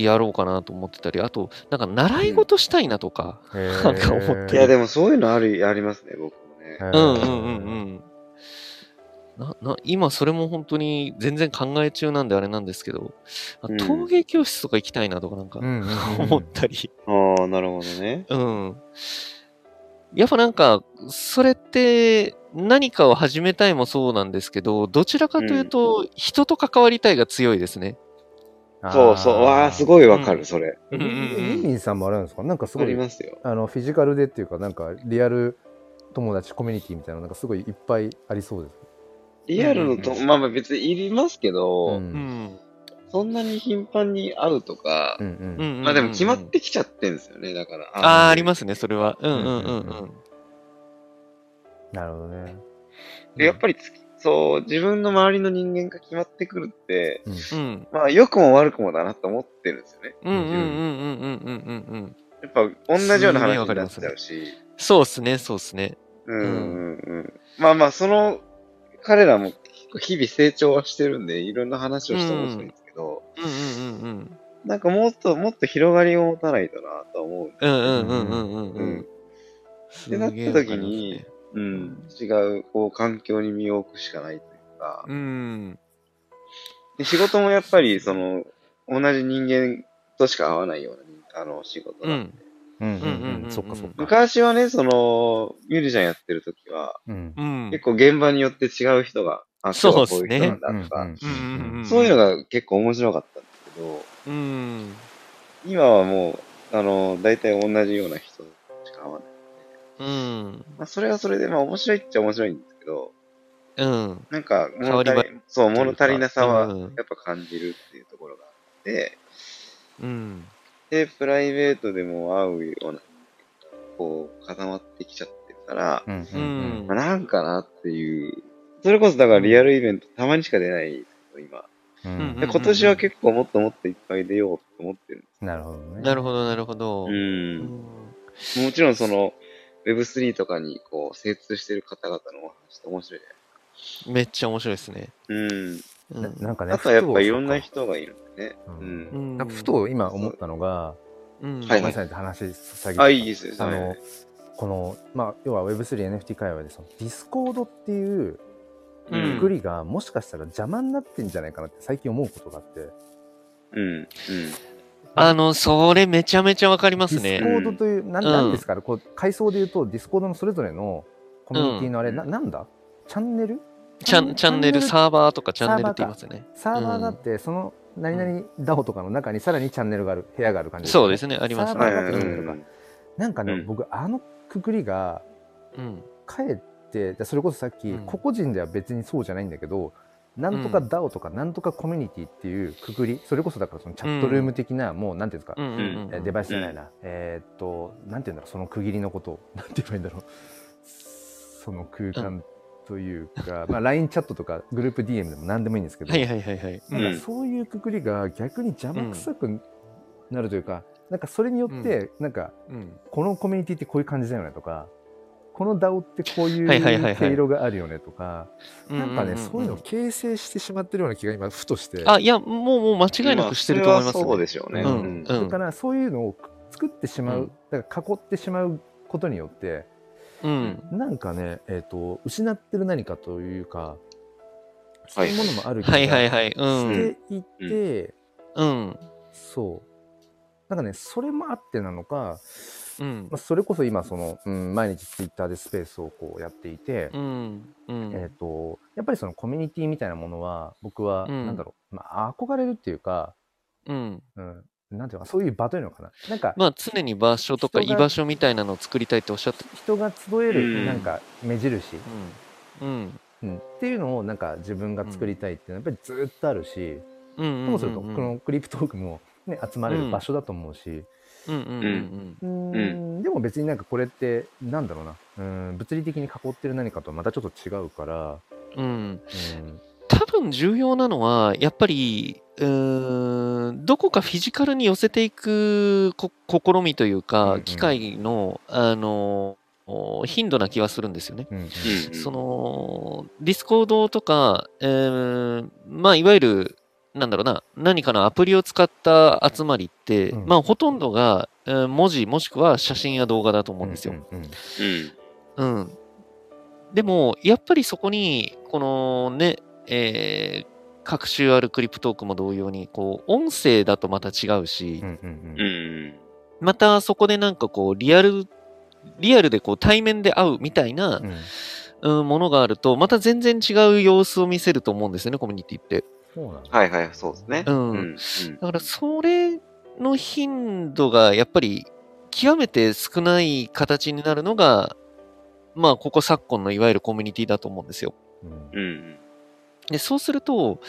やろうかなと思ってたり、あと、なんか習い事したいなとか、なんか思って
いや、でもそういうのある、ありますね、僕もね。
うんうんうんうん。なな今、それも本当に全然考え中なんであれなんですけど、あ
うん
陶芸教室とか行きたいなとかなんか、
うんうんうんうん
思ったり、
ああ、なるほどね。
うん。やっぱなんか、それって何かを始めたいもそうなんですけど、どちらかというと、人と関わりたいが強いですね。
そうそう。わあ、すごいわかる、それ。
い
うんうん
ミンミンさんもあれなんですかなんかす
あ
ご
り
い
ますよ。
あのフィジカルでっていうかなんかリアル友達コミュニティみたいななんかすごいいっぱいありそうです
リアルのと
う、ん
まあまあ別にいりますけど、
うん
うん。
そんなに頻繁に会うとか、
うん
うんうんうん
まあでも決まっ。てきちゃってんですよね、だから。。
ああ、ありますすね、それは。うんうんうん
うん
う
うん
ん。
なるほどね、
でやっぱりつき、そう、自分の周りの人間が決まってくるって、
うん
うん
まあ良くも悪くもだなと思ってるんですよね。
うんうんうんうんうんうんうんうん。
やっぱ同じような話
すごいわか
に
り
な
ま
っ
す
ちゃうし、
そうっすね、そうっすね。
うんうんうん。まあまあ、その、彼らも結構日々成長はしてるんで、いろんな話をしてほしいんですけど、
うんうんうんうん。
なんかもっともっと広がりを持たないとなとは思う。
うんうんうんうんうんう
うんん。
って
なった時に、うん、違う、こう、環境に身を置くしかないというか、
うん。
で仕事もやっぱり、その、同じ人間としか会わないような、あの、仕事
う
なんで
ん。
うんうん
うんうん
う
うんん
そっかそっか。
昔はね、その、ミュージシャンやってる時は、
うん
うん。
結構現場によって違う人が、あ、今日はこういう人なんだとか、
うん
うん
そういうのが結構面白かったんですけど、
うん。
今はもう、あの、大体同じような人しか会わない。
うん。
まあ、それはそれで、まあ面白いっちゃ面白いんですけど、
うん。
なんか物足
変わ
り、そう、
というか
物足りなさは
うん
やっぱ感じるっていうところがあって、
うん。
で、プライベートでも会うような、こう、固まってきちゃってるから、
うんう
うんん
まあ、なんかなっていう、それこそだからリアルイベントたまにしか出ないですけど、今。
う
うん
で
ん
今年は結構もっともっといっぱい出ようと思ってるんです。
なるほどね。
なるほど、なるほど。
うん。
うん
もちろんその Web3 とかにこう精通してる方々のお話って面白いね。
めっちゃ面白いですね。
うん。
う
な。
ん
なんかね、
あとはやっぱいろん
ふ
な
と
人がいるんでね。
うん
うん。
うん
なんかふと今思ったのが、
うん
は
ごめ
い
ん
は
ないさいって話下げて
あ、いいですよ。
あ
は
の
い、
この、まあ、要は Web3NFT 界隈で、そのディスコードっていう
う
うん
ん
くりが、もしかしたら邪魔になってんじゃないかなって最近思うことがあって、
うん。うん。
あの、それめちゃめちゃわかります
ディス
ね。
コードという、なん
うん
なんですかね、こう、階層で言うと、ディスコードのそれぞれのコミュニティのあれ、
うん
ななんだチャンネル
チャンチャンネル、サーバーとかチャンネルって言いますよね。
サーバーがあって、その何々 DAO とかの中にさらにチャンネルがある、部屋がある感じ
そうです
ね。
ね、あります
サー
は
バ
い
ー
ね。
は
う
いはい。
ん
うん
なんかね、
うん
僕、あのくくりが、
うん。
かえって、でそれこそさっき、
うん
個々人では別にそうじゃないんだけど、なんとか DAO とか、なんとかコミュニティっていうくくり、それこそだからそのチャットルーム的な、もう、なんていうんですか、
うんうん
え
う
ー
ん。
デバイスじゃないな、えーっとなんて言うんだろうその区切りのことをなんて言えばいいんだろうその空間というか、まあ、LINE チャットとかグループ DM でも何でもいいんですけど、
はいはいはいはい。
うん
なんかそういうくくりが逆に邪魔くさくなるというか、なんかそれによってなんか
うん。
このコミュニティってこういう感じだよねとかこの DAO ってこうい
はいはいはいは
う
い
毛色があるよねとか、
うんうんうん
なんかねそういうのを形成してしまってるような気が今ふとして。
あ、いや、もうもう間違いなくしてると思います
ま
ね。
あそれはそうでしょうね。
うん
うん。う
だか
ん。
らそういうのを作ってしまう、
うん
だから囲ってしまうことによって
うん。
なんかね、えー、と失ってる何かというかそう
はい
いうものもある気が
はいはい
し
はい。うん。
ていて
うん。
そうなんかねそれもあってなのか、
うん
まあ、。それこそ今その、うん、毎日ツイッターでスペースをこうやっていて、
うん。う
えー
ん。、
とやっぱりそのコミュニティみたいなものは僕は、
うん
なんだろう、まあ、憧れるっていうか、
うん。
うん、なんていうのかそういう場というのかななんか
まあ常に場所とか
人が
居場所みたいなのを作りたいっておっしゃって。
人が集え
う
る
ん
なんか目印、
うん。うん。
うんっていうのをなんか自分が作りたいっていうのはやっぱりずっとあるし、
うんうんうんうん。
ともするとこのクリプトークも、ね、集まれる場所だと思うし、
うんうんうん
うーん、でも別になんかこれってなんだろうなうん物理的に囲ってる何かとはまたちょっと違うから、
うん。うん。
うん
多分重要なのは、やっぱり、うーん、どこかフィジカルに寄せていくこ試みという
うんう
か
ん、
機会の、あの、お頻度な気はするんですよね。
うん
うん
そ、の、ディスコードとか、えーまあ、いわゆる、なんだろうな、何かのアプリを使った集まりって、
うん
まあ、ほとんどが、えー文字もしくは写真や動画だと思うんですよ。
うんうん
うん。
うん。でも、やっぱりそこに、このね、えー各週あるクリプトークも同様に、こう、音声だとまた違うし
う、んうん
う
うん
ん。
またそこでなんかこう、リアル、リアルでこう、対面で会うみたいな、
うん
うん、ものがあると、また全然違う様子を見せると思うんですよね、コミュニティって。
そうなんだ
はいはい、そうですね。
うん
うん。
だから、それの頻度が、やっぱり、極めて少ない形になるのが、まあ、ここ昨今のいわゆるコミュニティだと思うんですよ。
うん
うん。
で、そうすると、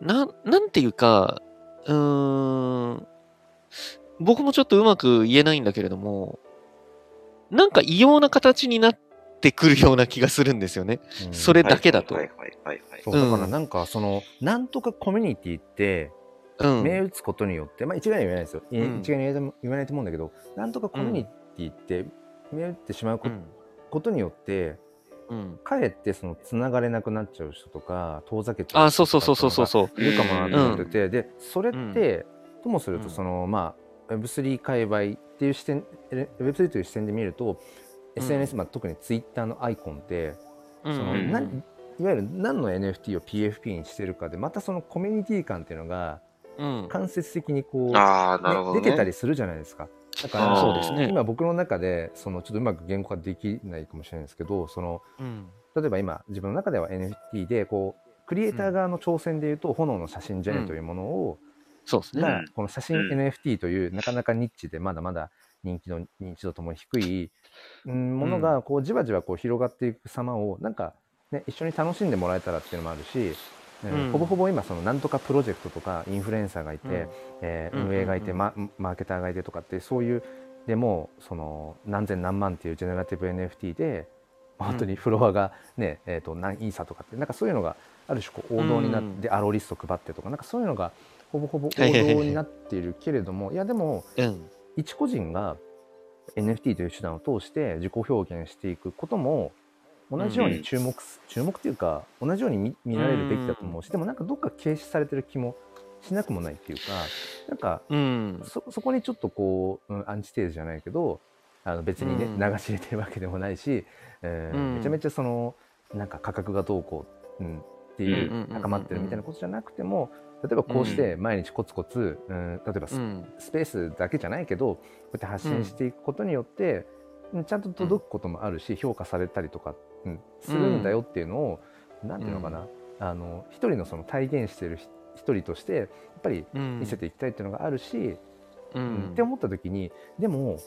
な、なんていうか、うーん、僕もちょっとうまく言えないんだけれども、なんか異様な形になってくるような気がするんですよね。
うん
それだけだと
はいはいはいはい。
そう
うん
だからなんかその、なんとかコミュニティって
うん。
目打つことによって、まあ、一概には言えないですよ、い
うん
一概には言えない言わないと思うんだけどなんとかコミュニティって目打ってしまうこ,、
うん。
ことによって
うん。
かえってそのつながれなくなっちゃう人とか遠ざけちゃう人とか
あ、そうそうそうそうそうそう。
いるかもなと思ってて、でそれって、ともする
う
と
ん
その、まあ Web3 界隈っていう視点 Web3 という視点で見ると、
うん
SNS、まあ、特に Twitter のアイコンって
うん
その、
うん
な、いわゆる何の NFT を PFP にしてるかでまたそのコミュニティ感っていうのが
うん。
間接的にこう
ああ、なるほど、
ね
ね。
出てたりするじゃないですか。だから
そうですね
今僕の中でそのちょっとうまく言語化できないかもしれないんですけどその
うん。
例えば今自分の中では NFT でこうクリエイター側の挑戦でいうと、炎の写真ジェネというものを、
そうですね。
が
うん
この写真
うん
NFT という、なかなかニッチでまだまだ人気の認知度ともに低いうんものがこうじわじわこう広がっていく様をなんか、ね、一緒に楽しんでもらえたらっていうのもあるし、ね
うん
ほぼほぼ今そのなんとかプロジェクトとかインフルエンサーがいて、
うん
えー
うん
運営がいて、
うん
ママーケターがいてとかってそういうでもその何千何万っていうジェネラティブ NFT で本当にフロアが、ねえー、と何イーサとかってなんかそういうのがある種こう王道になって、
うん
でアローリスト配ってとかなんかそういうのがほぼほぼ王
はいはいはい
道になっているけれどもいやでも
うん。
一個人が NFT という手段を通して自己表現していくことも同じよう
う
に
ん
注目す、注目というか同じように見見られるべきだと思うし、でもなんかどっか軽視されてる気もしなくもないっていうかなんか
うん。
そそこにちょっとこう、うんアンチテーゼじゃないけどあの別にね、
うん
流し入れてるわけでもないし、えー
うん
めちゃめちゃそのなんか価格がどうこう、うん、ってい
うんうんうん
う
うん
高まってるみたいなことじゃなくても例えばこうして毎日コツコツ、うん、例えばス,、
うん。
スペースだけじゃないけどこうやって発信していくことによって、うんちゃんと届くこともあるし評価されたりとか、うん、するんだよっていうのを、なんていうのかな、あの一人のその体現してるひ一人としてやっぱり
うん。
見せていきたいっていうのがあるし、
う
っ
ん
て。思った時にでも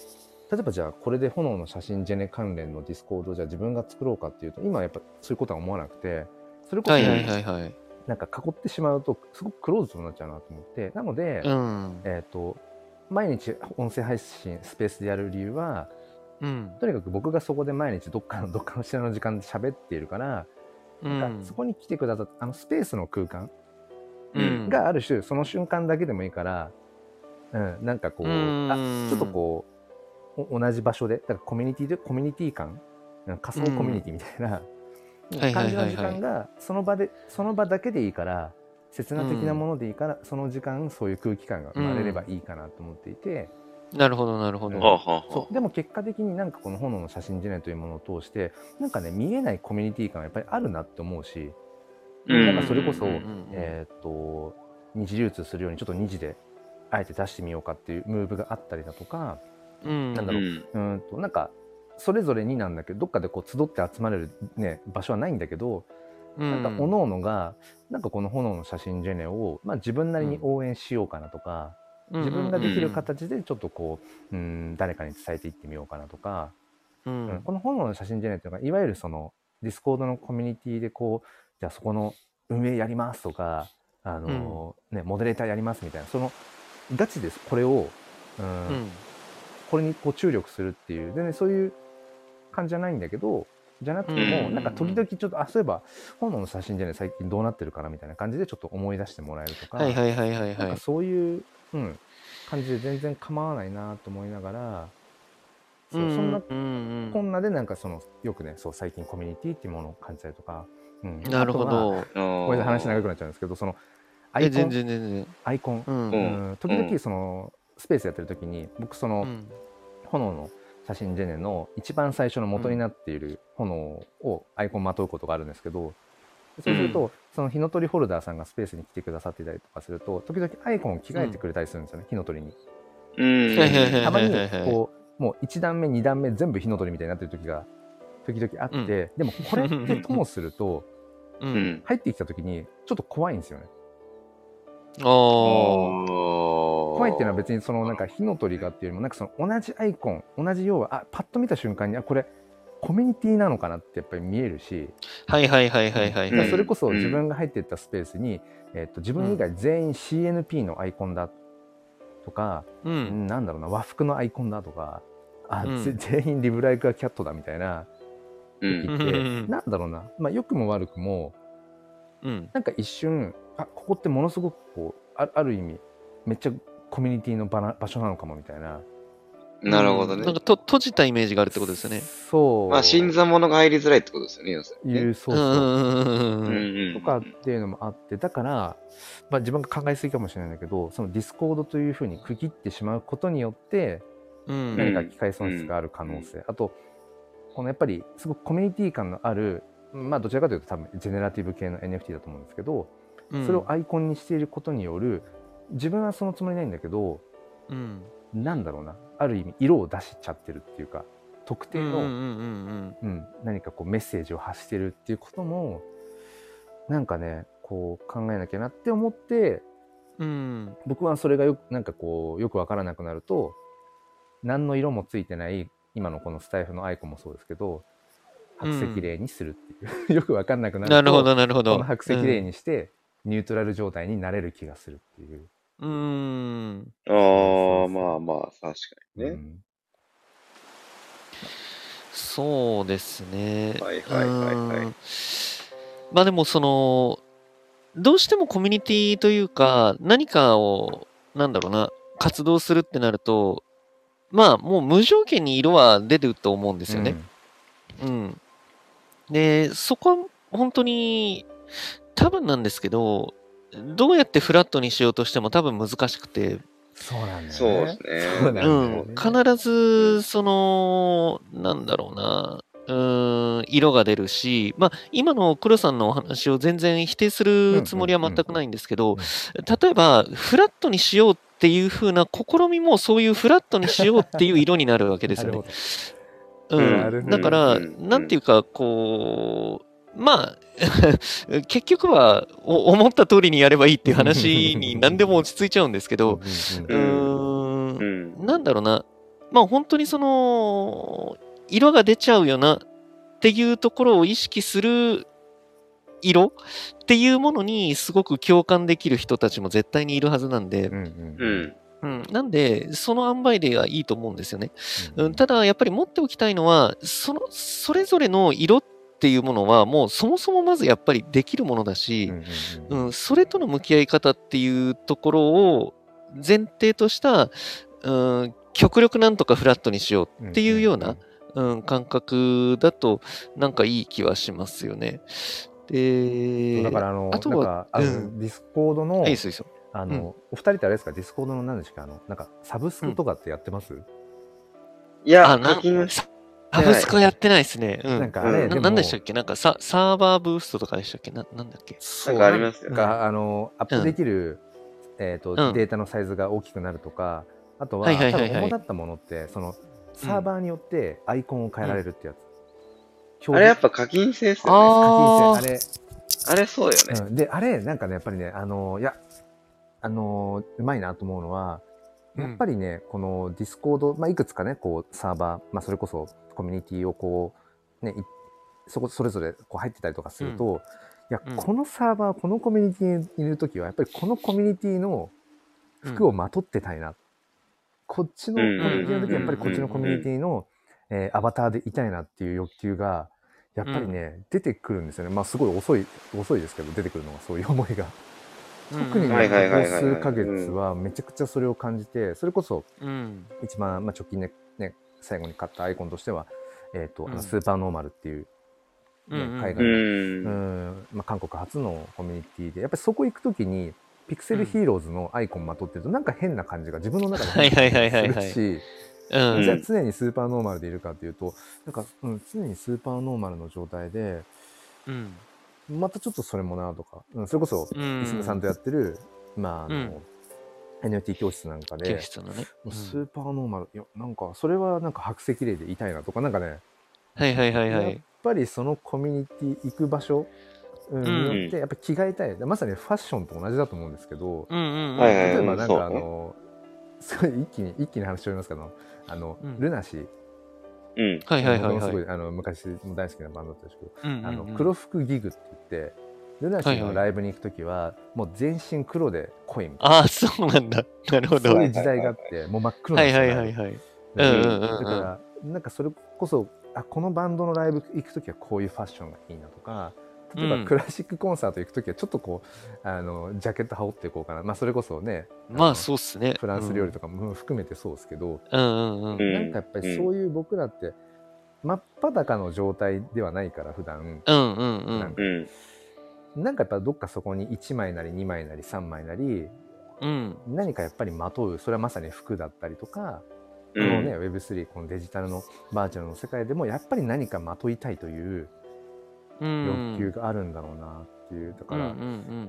例えばじゃあこれで炎の写真ジェネ関連のディスコードをじゃあ自分が作ろうかっていうと今はやっぱそういうことは思わなくてそれこそ
はいはいはいはい。
なんか囲ってしまうとすごくクローズドになっちゃうなと思ってなので、
うん。
えっ、と毎日音声配信スペースでやる理由は
うん。
とにかく僕がそこで毎日どっかのどっ かの知らの時間で喋っているから、
う
なんか
ん
そ。こに来てくださったあのスペースの空間
うん
がある種その瞬間だけでもいいから、うん、なんかこう、
うん
あちょっとこうお同じ場所でだからコミュニティでコミュニティ感なんか仮想コミュニティみたいな、
はいは
感
い
じ
は
の
い
時
は
間
い。
がその場でその場だけでいいから刹那的なものでいいから、その時間そういう空気感が生まれればいいかなと思っていて、
なるほどなるほ
うん
あは
ど。
あはあ
そうでも結果的になんかこの炎の写真ジェネというものを通してなんかね見えないコミュニティ感がやっぱりあるなって思うし、
うん
なんかそれこそ、
うんうんうんうん
えーっと二次流通するようにちょっと二次であえて出してみようかっていうムーブがあったりだとか
うん。
なんだ
う
ろ
ん。
うーんとなんかそれぞれになんだけどどっかでこう集って集まれる、ね、場所はないんだけど、
な
なんか各々がなんかこの炎の写真ジェネを、まあ、自分なりに応援しようかなとか、自分ができる形でちょっとこう、うん、誰かに伝えていってみようかなとか、
うん。う
うん
ん
この本の写真じゃないというのがいわゆるそのディスコードのコミュニティでこうじゃあそこの運営やりますとかあの、ね、モデレーターやりますみたいなそのガチですこれを、うん
うん
これにこう注力するっていう全然そういう感じじゃないんだけどじゃなくて
う
も、
ん
なんか時々ちょっとあそういえば本の写真じゃない最近どうなってるかなみたいな感じでちょっと思い出してもらえるとか,、
はいはいはいはい
なん
は
か
い。
そういう、うん、感じで全然構わないなと思いながらそうそんな
うんうん
こんなでなんかそのよくねそう最近コミュニティっていうものを感じたりとか、うん
うん、なるほ
あとは
ど。
こ
こ
れで話長くなっちゃうんですけどそのア
え、
イコ
全
ン
然全然。
アイコン、
うん。
う
うんん、時々そのスペースやってる時に僕その、
うん
炎の写真ジェネの一番最初の元になっている炎をアイコンまとうことがあるんですけど、そうすると、その火の鳥ホルダーさんがスペースに来てくださってたりとかすると時々アイコンを着替えてくれたりするんですよね、火の鳥に。
うん。
はいはいはい
たまに
はいはい
こうもう1段目2段目全部火の鳥みたいになってる時が時々あって、
うん
でもこれってともすると
う。
うんん。
入ってきた時にちょっと怖いんですよね。
ああ。
怖いっていうのは
別
別にそのなんか火の鳥がっていうよりもなんかその同じアイコン同じ要はあパッと見た瞬間にあこれコミュニティなのかなってやっぱり見えるし、
はいはいはいはいはい
だか
は
ら
い。
それこそ
うん
自分が入っていったスペースに、えっと自分以外全員 CNP のアイコンだとか、
うん。
なんだろうな和服のアイコンだとかあ、
うん
ぜ 全員リブライクがキャットだみたいな
う
時って、
ん。
うん
なんだろうな、まあ、良くも悪くも
うん。
なんか一瞬あここってものすごくこうあある意味めっちゃコミュニティの場な場所なのかもみたいな。
なるほど
なん
ね
か。と閉じたイメージがあるってことですよね。
そう。
まあ、新参者が入りづらいってことですよね、要するに
い
ね。
うそう
うん
そう。
うんうんうん
う
んうん。
うん。
とかっていうのもあってだから、まあ、自分が考えすぎかもしれないんだけどそのディスコードというふうに区切ってしまうことによって
うん
何か機械損失がある可能性、あとこのやっぱりすごくコミュニティ感のあるまあどちらかというと多分ジェネラティブ系の NFT だと思うんですけど、それをアイコンにしていることによる自分はそのつもりないんだけど
うん
なんだろうなある意味色を出しちゃってるっていうか特定
うんうん
の、
う
うん
んうん
何かこうメッセージを発してるっていうこともなんかねこう考えなきゃなって思って
うんうん
僕はそれがよくなんかこうよく分からなくなると何の色もついてない今のこのスタイフのアイコンもそうですけど白石霊にするっていう、 よく分かんなくなると
なるほどなるほど
この白石霊にして、ニュートラル状態になれる気がするっていう。
うんうん
ああ、まあまあ、確かに
う
ね。
ん
そうですね。
はいはいはいはいう
ーんまあでもその、どうしてもコミュニティというか、何かを、なんだろうな、活動するってなると、まあもう無条件に色は出ると思うんですよね。うん。で、そこは本当に、多分なんですけど、どうやってフラットにしようとしても多分難しくて、
そうなんだよね。
そうですね
そうなんだ
う
よね
ん、必ず、その、なんだろうな、うーん、色が出るし、まあ、今の黒さんのお話を全然否定するつもりは全くないんですけ
うんう
ど
ん、
例えば、フラットにしようっていう風な試みも、そういうフラットにしようっていう色になるわけですよね。
ほど
う
なる
ん、
ほど
だから、
うん
なんていうか、こう、まあ、 結局はお思った通りにやればいいっていう話に何でも落ち着いちゃうんですけど、う
うん
ーん
う、ん。
なんだろうな、まあ本当にその、色が出ちゃうよなっていうところを意識する色っていうものにすごく共感できる人たちも絶対にいるはずなんで、
うん
う
うん
ん。
うん、なんで、その塩梅ではいいと思うんですよね。
う
うんん、ただやっぱり持っておきたいのは、その、それぞれの色っていうものはもうそもそもまずやっぱりできるものだし、
うんう
うんん、それとの向き合い方っていうところを前提とした、うん、極力なんとかフラットにしよ
うん
っていうようなう、うん、感覚だとなんかいい気はしますよね。
そう
で、
だからあの
あとは
なんかあの
うん
ディスコードの
いいですいいですよ。
あのお二人ってあれですかディスコードの何ですかあのなんかサブスクとかってやってます？
いや
あ、、な
課
ん
金はし
ササブスクはやってないですね。うん。
な
なんん
かあれ
うん
でも
なんでしたっけなんかササーバーブーストとかでしたっけななんだっけ
そ
な
うん
かありますよ
なん
ね。
かあのアップできるえっと
うん
データのサイズが大きくなるとか、あとは
はいはい
多
はいはい
分主だったものってそのサーバーによってアイコンを変えられるってやつ。
あれやっぱ課金制ですよね。
課
あ
金制あれ
あれそうよね。
うん、であれなんかねやっぱりねあのいやあのうまいなと思うのは
うん
やっぱりね、このディスコード、まあ、いくつかねこうサーバー、まあ、それこそコミュニティをこうねいそこそれぞれこう入ってたりとかすると、いや、
うん
このサーバーこのコミュニティにいる時はやっぱりこのコミュニティの服をまとってたいな、こっちのコミュニティの時はやっぱりこっちのコミュニティの、えーアバターでいたいなっていう欲求がやっぱりね、出てくるんですよねまあすごい遅い遅いですけど出てくるのがそういう思いが特にね、
は
こ
いはいはいはい
こ数ヶ月はめちゃくちゃそれを感じてそれこそ
うん
一番、まあ、直近で、ね、最後に買ったアイコンとしては、えーとあ
うん
のスーパーノーマルっていう、
うんうん
海
う
外うん
ん。
まあ、韓国初のコミュニティでやっぱりそこ行く時にピクセルヒーローズのアイコンまとってるとなんか変な感じが自分の中で
はいはいはいはい
す
は
る
い
し
うん
じゃあ常にスーパーノーマルでいるかっていうとなんか、うん、常にスーパーノーマルの状態で
うん
またちょっとそれもなとか、うん、それこそ
うん
娘さんとやってる、まああの、NLT 教室なんかで
教室のね。うん
スーパーノーマルいやなんかそれはなんか白石霊でいたいなとかなんかねやっ
はいはいはいはい。
ぱりそのコミュニティ行く場所、うん
うん
によってやっぱ着替えたいまさにファッションと同じだと思うんですけど、
うんうんうん。
はいはい
例えばなんかあ
そうね
の、すごい一気に一気に話しちゃいますけどあの、
うん
ルナシー
うん。
はいはいはい
僕も
は
す
い
ご。いあの昔も大好きなバンドだったんですけど、
うんうんうん
あの黒服ギグって言ってルナシーのライブに行く時は、もう全身黒で濃いみたいな
ああ、そうなんだ。なるほど。
そう
はいいう
時代があってもう真っ黒なん
は
で
い
すよ
はいはい。
ライブ
うんうんうんうん
だからなんかそれこそあこのバンドのライブ行く時はこういうファッションがいいなとか例え
うん
ばクラシックコンサート行く時はちょっとこうあのジャケット羽織っていこうかな、まあ、それこそね
ま
の
あそうっすね。
フランス料理とかも含めてそうですけど、
うんうんうんうん。
なんかやっぱりそういう僕らって真っ裸の状態ではないから普段
うんうんう
なん
ん
か
うん。
なんかやっぱどっかそこに1枚なり2枚なり3枚なり
うん。
何かやっぱりまとうそれはまさに服だったりとか、こ
う
のね
ん。
Web3 このデジタルのバーチャルの世界でもやっぱり何かまといたいという
うん。
欲求があるんだろうなっていう、だか
うんう
ら、
ん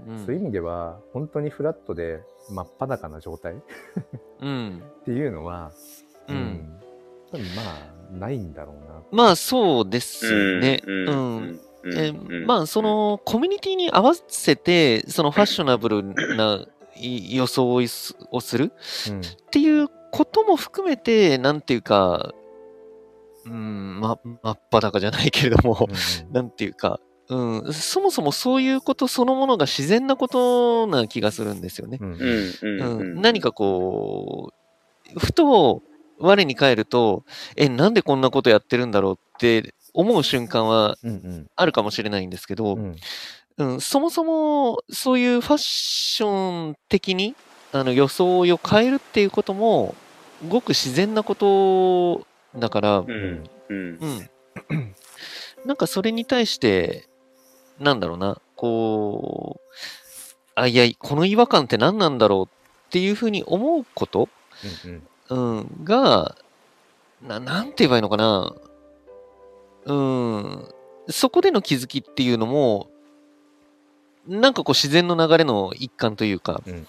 うんうん。
そういう意味では本当にフラットで真っ裸な状態っ
うん。
ていうのは
うん
多分まあないんだろうな
まあそうですね。
うん
うん
うん
え
うん
まあそのコミュニティに合わせてそのファッショナブルない装いすをする
うん
っていうことも含めてなんていうかうんま真っ裸じゃないけれどもなんていうか、うん、そもそもそういうことそのものが自然なことな気がするんですよね。
うんうん
うんうん
う
うん
ん、何かこうふと我に返るとえなんでこんなことやってるんだろうって思う瞬間は
うんうん
あるかもしれないんですけど、
うん
うん、そもそもそういうファッション的にあの装いを変えるっていうこともごく自然なことだから、
う
うん
うん
ん、 なんかそれに対してなんだろうなこうあいやこの違和感って何なんだろうっていうふうに思うこと、
うん
うん、がななんて言えばいいのかなうんそこでの気づきっていうのもなんかこう自然の流れの一環というか、
うんうん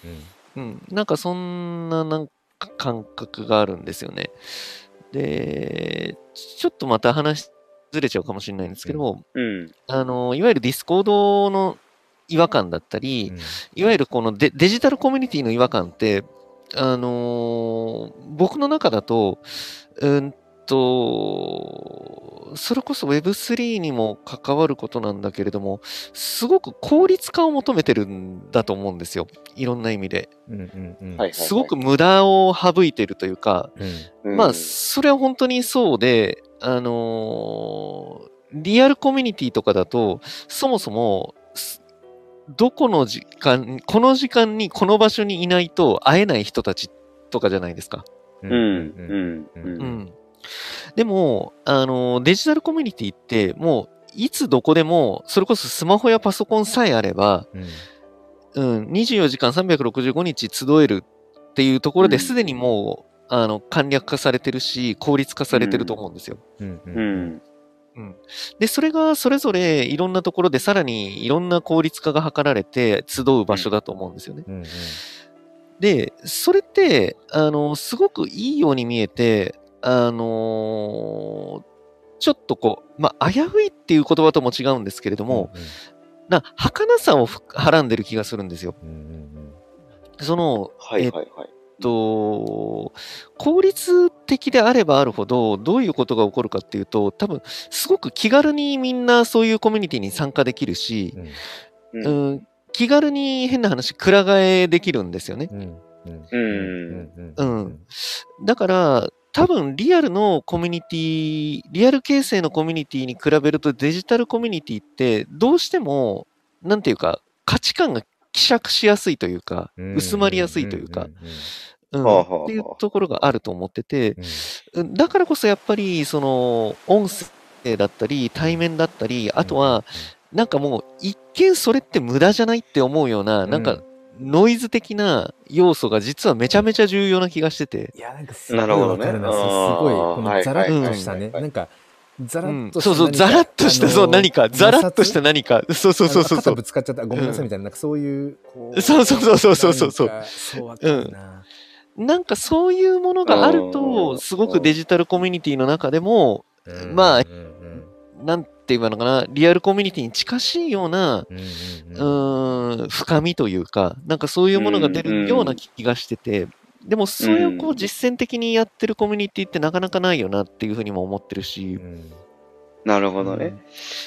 うん、なんかそんななんか感覚があるんですよね。でちょっとまた話ずれちゃうかもしれないんですけど、
うん
あのいわゆるディスコードの違和感だったり、いわゆるこのデデジタルコミュニティの違和感って、あのー僕の中だと、うーんと、それこそ Web3 にも関わることなんだけれども、すごく効率化を求めてるんだと思うんですよ。いろんな意味で。
うんうんうん
はいはいはい
すごく無駄を省いてるというか、
うん
うん
まあ、それは本当にそうで、あのーリアルコミュニティとかだと、そもそも、すどこの時間、この時間にこの場所にいないと会えない人たちとかじゃないですか。
う
うんう
う
んうんん
う
うん
う
うん
ん。でも、あのーデジタルコミュニティって、もう、いつどこでも、それこそスマホやパソコンさえあれば、
うん
うん、24時間365日集えるっていうところ
う
で
ん
すでにもう、あの簡略化されてるし効率化されてると思うんですよ。
うんうん
う
うん
ん
でそれがそれぞれいろんなところでさらにいろんな効率化が図られて集う場所だと思うんですよね。
うん
でそれってあのすごくいいように見えてあのちょっとこう、まあ、危ういっていう言葉とも違うんですけれども、な儚さをふはらんでる気がするんですよ。
うんうん
その
はいはいはい。
えっと、効率的であればあるほど、どういうことが起こるかっていうと、多分、すごく気軽にみんなそういうコミュニティに参加できるし、
うん
う
うんん、気軽に変な話、くら替えできるんですよね。
うんうん
う
うん
ん
うん
うんだから、多分、リアルのコミュニティ、リアル形成のコミュニティに比べるとデジタルコミュニティって、どうしても、なんていうか、価値観が希釈しやすいというか、
うん
薄まりやすいというか
ん、ん
う
は
ん、
あは
っ
あはあ
ていうところがあると思ってて、
うん
うんだからこそやっぱり、その、音声だったり、対面だったり、あとは、なんかもう、一見それって無駄じゃないって思うような、
うん
なんか、ノイズ的な要素が実はめちゃめちゃ重要な気がしてて。
いやなんかすごい
なるほ
わ
どね
かるなすす
あー
ごいこ
は
の
い
ザラッとした
は
ね
いはい
なんかザラ
う
ッ
ん
と
そうそう、
何か
ざらっとした、
あのー
そう、何か、ざらっとした
摩
何か、 そうそう
擦
そう
あの肩
そうそう
ぶ。つかっちゃったごめんなさいみたいななんかそういうこ
そうそうそうそうそうそうそう
なんかそうわかるな
なんかそういうものがある
う
と、
ん
すごくデジタルコミュニティの中でも、
うん
ま
う
あ
んうん
なんて言えばいいのかな、リアルコミュニティに近しいような、
うんうん
うーん深みというか、なんかそういうものが出るような気がしてて、でもそれをこ
う
うん実践的にやってるコミュニティってなかなかないよなっていうふうにも思ってるし
う、ん
なるほどね。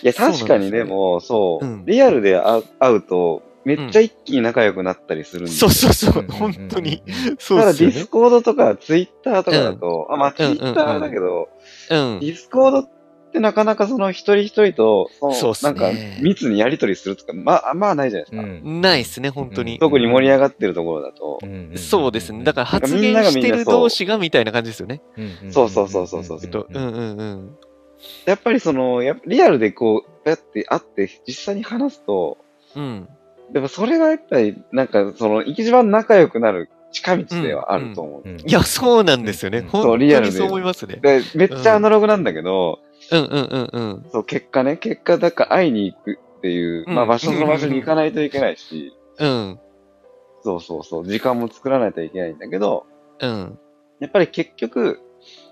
いや、確かにでも、そう
うん、
リアルで会う会うと、めっちゃ一気に仲良くなったりするんです
そ
よ
うそうそ
うん
う、本当に。そ
た
う
だ
っ
から
す
デ
よ
ィ
ね
ス。コードとかツイッターとかだと、あ、まあツイ
うん
ッターだけど、
うん
デ。ィスコードってなかなかその一人一人と、の
そうっすね
なんか密にやりとりするとか、まあ、まあないじゃないですか。
うん
ないっすね、本当に。
特に盛り上
が
がってるところだと。
そうですね。だから発
みん
言
ながみんな
してる同士がみたいな感じですよね。
ら
そうそうそうそうそう
とうんうんうん。
やっぱりその、やっぱリアルでこう、やって会って実際に話すと、
うん。
でもそれがやっぱり、なんかその、一番仲良くなる近道ではあると思う。
いや、そうなんですよね。
うん
本
そ
当
うリアル
に
で
そう思いますね。
で、めっちゃアナログなんだけど、
うんうんうんうん。
そう、結果ね、結果、だから会いに行くっていう、
うん
まあ場所の場所に行かないといけないし、
うん。
そうそうそう、時間も作らないといけないんだけど、
うん。
やっぱり結局、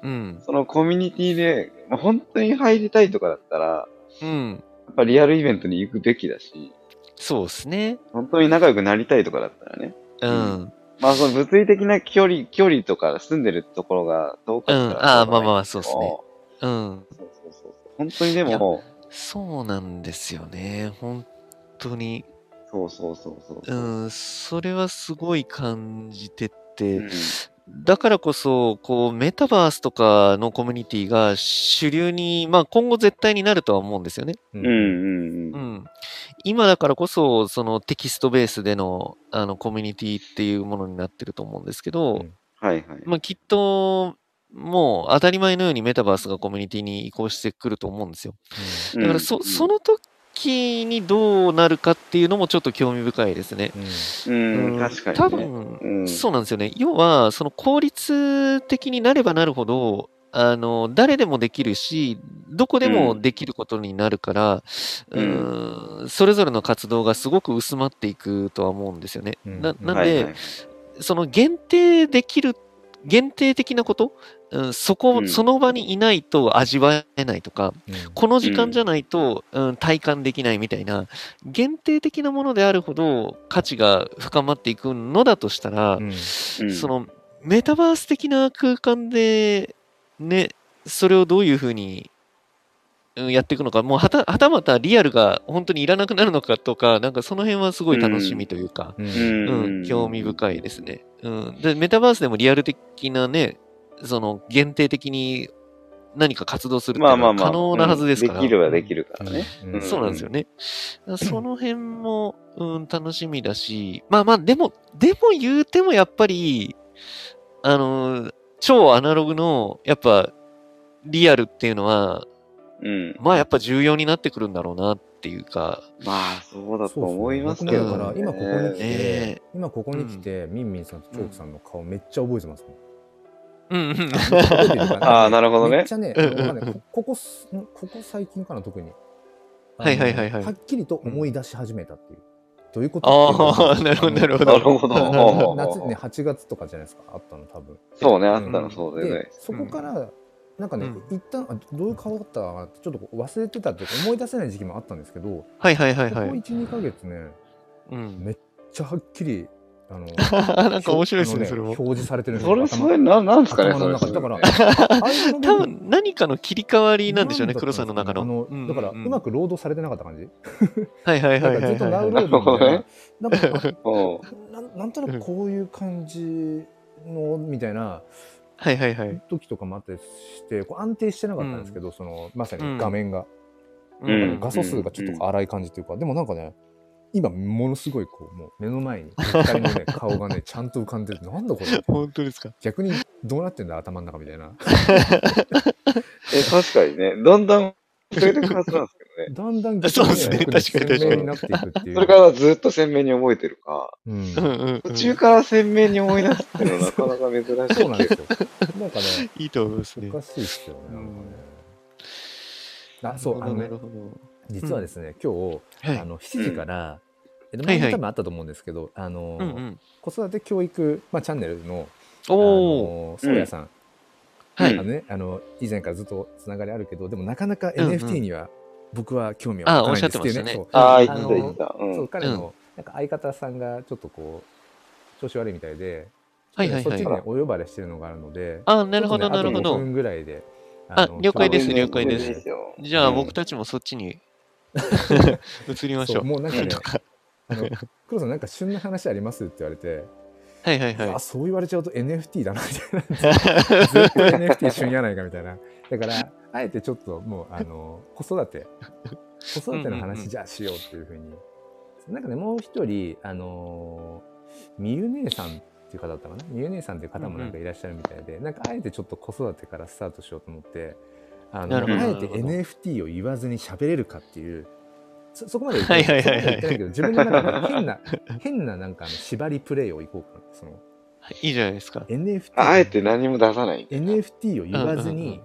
うん。
そのコミュニティで、まあ本当に入りたいとかだったら、
うん。
やっぱリアルイベントに行くべきだし、
そうですね。
本当に仲良くなりたいとかだったらね。
うん。
まあその物理的な距離、距離とか住んでるところが遠かったら
うんああ
しょうがないけど
まあまあそうっすね。うん。
そうそうそうそう。本当にで
いや
も、
そうなんですよね。本当に。
そうそうそうそう。
う
うん
ん。それはすごい感じて
う
て。
ん
だからこそ、こう、メタバースとかのコミュニティが主流に、まあ今後絶対になるとは思うんですよね。
う。
うんんう。
うんん。今だからこそ、そのテキストベースでの、あの、コミュニティっていうものになってると思うんですけど、
うん
はいはい。
まあきっと、もう当たり前のようにメタバースがコミュニティに移行してくると思うんですよ。だからそ、
うん
そ、の時にどうなるかっていうのもちょっと興味深いですね。
うん。
うん、
うん
確かに、ね。
多分、
うん、
そうなんですよね。要は、その効率的になればなるほど、あの、誰でもできるし、どこで
う
も
ん
できることになるから、う
う
ーん、それぞれの活動がすごく薄まっていくとは思うんですよね。
うん
ななんで、
はいはい、
その限定できる、限定的なこと、うん、そこ、
うん
その場にいないと味わえないとか、
うん
この時間じゃないと、うん、体感できないみたいな、限定的なものであるほど価値が深まっていくのだとしたら、
うん
うん
そのメタバース的な空間で、ね、それをどういうふうにうんやっていくのか、もうはたはたまたリアルが本当にいらなくなるのかとか、なんかその辺はすごい楽しみというか、
うん
うん
うん興味深いですね、うんで。メタバースでもリアル的なね、その限定的に何か活動するってい
ま
う
あま
の
あ
は
まあ。
可能なはずですから。
うんできるはできるからね。
うんうん
そうなんですよね。その辺も、うん、楽しみだし、まあまあ、でも、でも言うてもやっぱり、あのー、超アナログの、やっぱ、リアルっていうのは、
うん。
まあやっぱ重要になってくるんだろうなっていうか、
まあ、そうだと思いますけ
そう
ど、
だ
そう
から
僕
今ここに来て、
ええ
今ここに来て、みんみんさんとチョークさんの顔めっちゃ覚えてますね。
うんうん。
ああ、なるほど
め
ね
っち。ゃね、
うん
わかんないこここすんここ最近かな特に。
はいはいはいはい
あのはっきりと思い出し始めたっていう。どういうこと
ああ、なるほど、なるほ
なる
ど。
ほど。
あ
ほうほ
の
う
夏
ほう
ね8月とかじゃないですかあったの多分。
そうね、あった
う
の、
ん
そうだよね
で。そこからなんかね、
う
一旦あどういう顔だったかなってちょっとこう忘れてたっていうか思い出せない時期もあったんですけど、
はいはいはい
ここ
は
12
い。
2ヶ月ねめっ
うん。
ちゃはっきりあの
なんか面白いですね、
あ
それ
の
も。
表示されてるんです
そ
よ
れ、それ、な、なんですかね、
頭の
それ。
中でだから あれの部分
多分何かの切り替わりなんでしょうね、
何だ
黒
った
さんの中の。
ですかねあのだから、うま
く。
くロードされてなかった感じ。
はいはいは
ないんかず
はい
っとナウ
は
ロ
い。
ードみたいな。なんか、
うん
あなんなんとなくこういう感じのみたいな
はいはいはい。
時とかもあったりして、こう安定してなかったんですけど、そのまさに画面が、
う
うん
ん
画素数がちょっと荒い感じというか、でもなんかね、今ものすごいこうもう目の 前に光のね顔がねちゃんと浮かんでるなんだこれ
本当ですか。
逆にどうなってんだ頭の中みたい な
え、確かにね。だんだん、それで変わったんですけどね。
だんだん
そうですね
僕
確かに確かに
鮮明になっていくっていう
それからずっと鮮明に覚えてるか、
うん
うんうんう
途
ん。
中から鮮明に思い出すっていうのはなかなか珍しいけど。
そうなんですよなんかね
いいと思いますね
お。かしいっすよね。なんかねあ、
なる
そう、
ほど
あの
な
ね
る、ほど。
実はですね、今
は
日、あ
い。
の、7時から、えっと
はい
前
はい
に多分あったと思うんですけど、あの
うんう、ん。
子育て教育、まあ、チャンネルの、あ
おお。
の、そうやさん、
は
あ
い
の。ね、あの、以前からずっとつながりあるけど、でもなかなか
うんうん
NFT には僕は興味は
あ
持たないんですっていう
おっしゃってましたね
ね。そう
ああ、
う
い
ん
った
あの
いった。う。
そうん彼の、なんか相方さんがちょっとこう、調子悪いみたいで、
はいはい
そっ
は
ち
い
に。ねお呼ばれしてるのがあるので、
あ、なるほ
ち
ど
ょっ
な
と
る
ね
ほ
あと5
ど。
分ぐらいで。
あ
の
了解です
興味
了
を
解です。
よ
じゃあ
うん
僕たちもそっ ちに移りまし
そ
ょ
う
う。
もうなんかね
とか。
あ の「黒さんなんか旬な話あります?」って言われて、
はいはいはい
あ。そう言われちゃうと NFT だなみたいな ずっと NFT 旬やないかみたいなだからあえてちょっともうあ の子育て子育ての
うんうんう
話
ん
じゃあしようっていうふうに、なんかねもう一人あのーみゆ姉さんっていう方だったかなみゆ姉さんっていう方もなんかいらっしゃるみたいで、なんかあえてちょっと子育てからスタートしようと思ってあの
な
あ
る
ほど
えて
なるほど
NFT を言わずに喋れるかっていうそそこまで
はいはいは
そ
いはい
こまで言ってないけど自分の中で変な変ななんかあの縛りプレイをいこうかなその
いいじゃないですか。
NFT
あえて何も出さない。
NFT を言わずに、
うんうんうん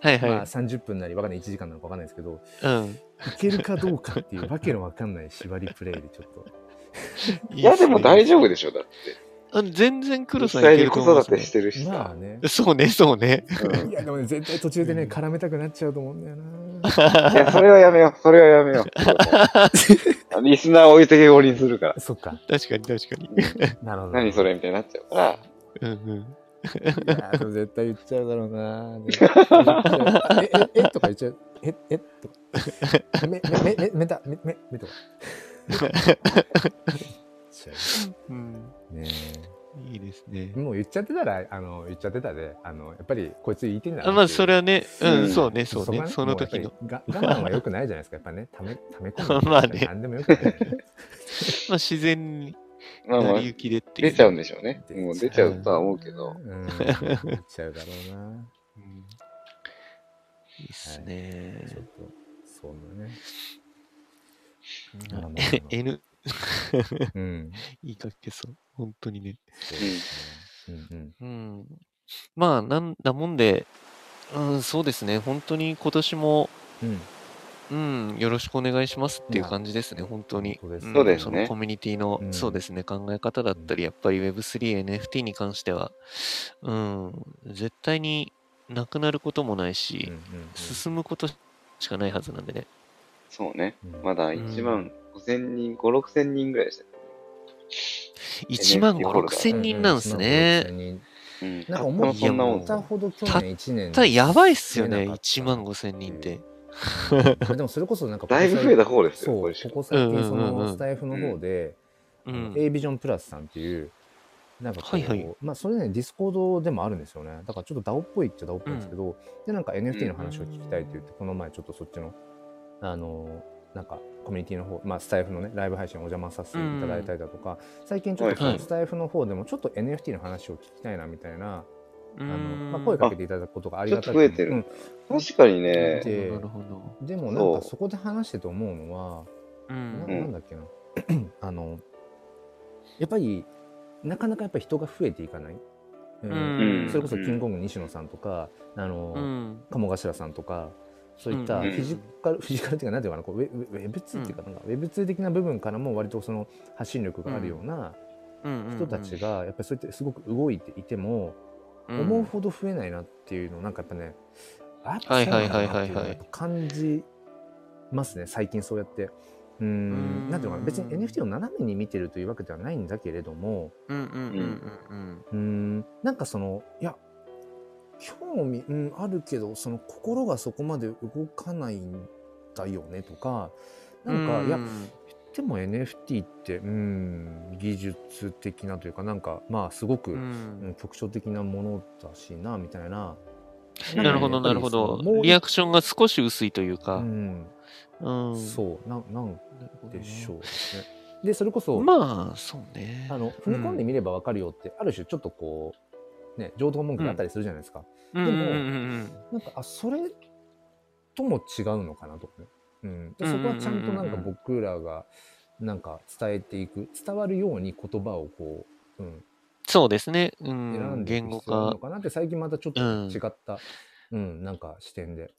はい
ま
は
あ、30分なりわかんない1時間なのかわかんないですけど
い。うん。
いけるかどうかっていうわけのわかんない縛りプレイでちょっと
い
いや、でも大丈夫
で
でしょ、だって。
すあ全然黒
実
さんい
際
け
に
る
子
と思うん
育
で
てし
す
てるし
まあ
さ。
ね
よ。そうね、そうね。
うん
いやでもね絶対途中でね
うん
絡めたくなっちゃうと思うんだよな
いや、それはやめよう。それはやめよう。リスナーを置いてけぼりにするから。
そっか
確かに確かに。
なるほど
何それみたいになっちゃうから。
うんうん。
いやでも絶対言っちゃうだろうな絶対言っちゃうえええとか言っちゃうええとかめめめめめためめめとか言っちゃ
うん
うね
いいですね
え。もう言っちゃってたらあの言っちゃってたであのやっぱりこいつ言いてんだな
あまあ、それはね、う、
うんん
そうね、そうね、
こ
その時の。
もうやっぱりが我慢は良くないじゃないですかやっぱねためため込む
まあね
何でも良くないじゃないですか
まあ、自然に
まあま
成
あ
り、行きでっていう。
出ちゃうんでしょうね。もう出ちゃうとは思うけど。
うん言っちゃうだろうな
うんいいっすね
ちょっ。とそんなね
な
まあまあまあ
N、
うん
言いかけそう。本当にね。
そうですねうんうん
うん。まあ、なんだもんで、うん、そうですね。本当に今年も、
うん
うん、よろしくお願いしますっていう
まあ
感じですね、本当に。
そうです
ん
そうですね
のコミュニティの、
うん
そうですね、考え方だったり、やっぱり Web3、NFT に関しては、うん、絶対になくなることもないし、進むことしかないはずなんでね。
そうね。
うんうん
まだ1万5000人、5、6000人ぐらいでしたね。
1万
NFT
5、
ホルダー
6000人なんですね。
ね。
うん。
なんか
たった
思
も
っ
そんなもん。
たほど去年1年。
ただ、やばいっすよね、
うん
1万5000人って。
うんでもそれこそなんか、
だいぶ増えた方ですよ、
そう、
これ
ここ最近、そ
うんうんうんう
の
ん
スタイフの方で、
う
あの
ん。
A ビジョンプラスさんっていう、なんかこう、
はいはい
まあそれね、ディスコードでもあるんですよね。だからちょっと DAO っぽいっちゃ DAO っぽいんですけど、で、なんか NFT の話を聞きたいって言って、この前ちょっとそっちの、あの、なんかコミュニティの方、まあスタイフのね、ライブ配信お邪魔させていただいたりだとか、最近ちょっとそ
は
の
い
スタイフの方でもちょっと NFT の話を聞きたいなみたいな、
あ
あのまあ、声かけていただくことがあり
ちょ
が
ったと
い
増えてる。確かに
えて
ね、
で
なるほど。
うんでもなんか
そう
そこで話してて思うのは、
う。
なんなんだっけな あのやっぱりなかなかやっぱり人が増えていかない、うん
うん
それこそキングコング西野さんとか、あの
うん。
鴨頭さんとかそういっ
う
た
ん
フィジカル、フィジカルっていうかなんていうかなこうウェウェウェブ2っていうかなんか、ウェブ2的な部分からも割とその発信力があるような人たちがやっぱりそうやってすごく動いていても、思うほど増えないなっていうのをなんかやっぱねあやっぱそうなんだなっていうのをやっぱ感じますね最近そうやって。うー
うんん
なんていうのかな別に NFT を斜めに見てるというわけではないんだけれども
うんうんうん
うーんなんかそのいや興味、うん、あるけどその心がそこまで動かないんだよねとか
う
なん
うん
んか、いや
うん
でも NFT ってうん技術的なというかなんかまあすごく、うん局所的なものだしなみたいな。
うんなるほどなるほどリアクションが少し薄いという
ョ
かうん
そうななん
なるほどね
でしょうね。でそれこそ、
まあそうね
あの踏み込んでみればわかるよって、ある種ちょっとこうね上等文句があったりするじゃないですか。
うんうんうん
なんかあそれとも違うのかなとかね。うん、でそこはちゃんとなんか僕らがなんか伝えていく伝わるように言葉をこう、うん、
そうですねう
選
ん
んでい
言
く
語
必要なの
化
かなって最近またちょっと違った、うん、なんか視点で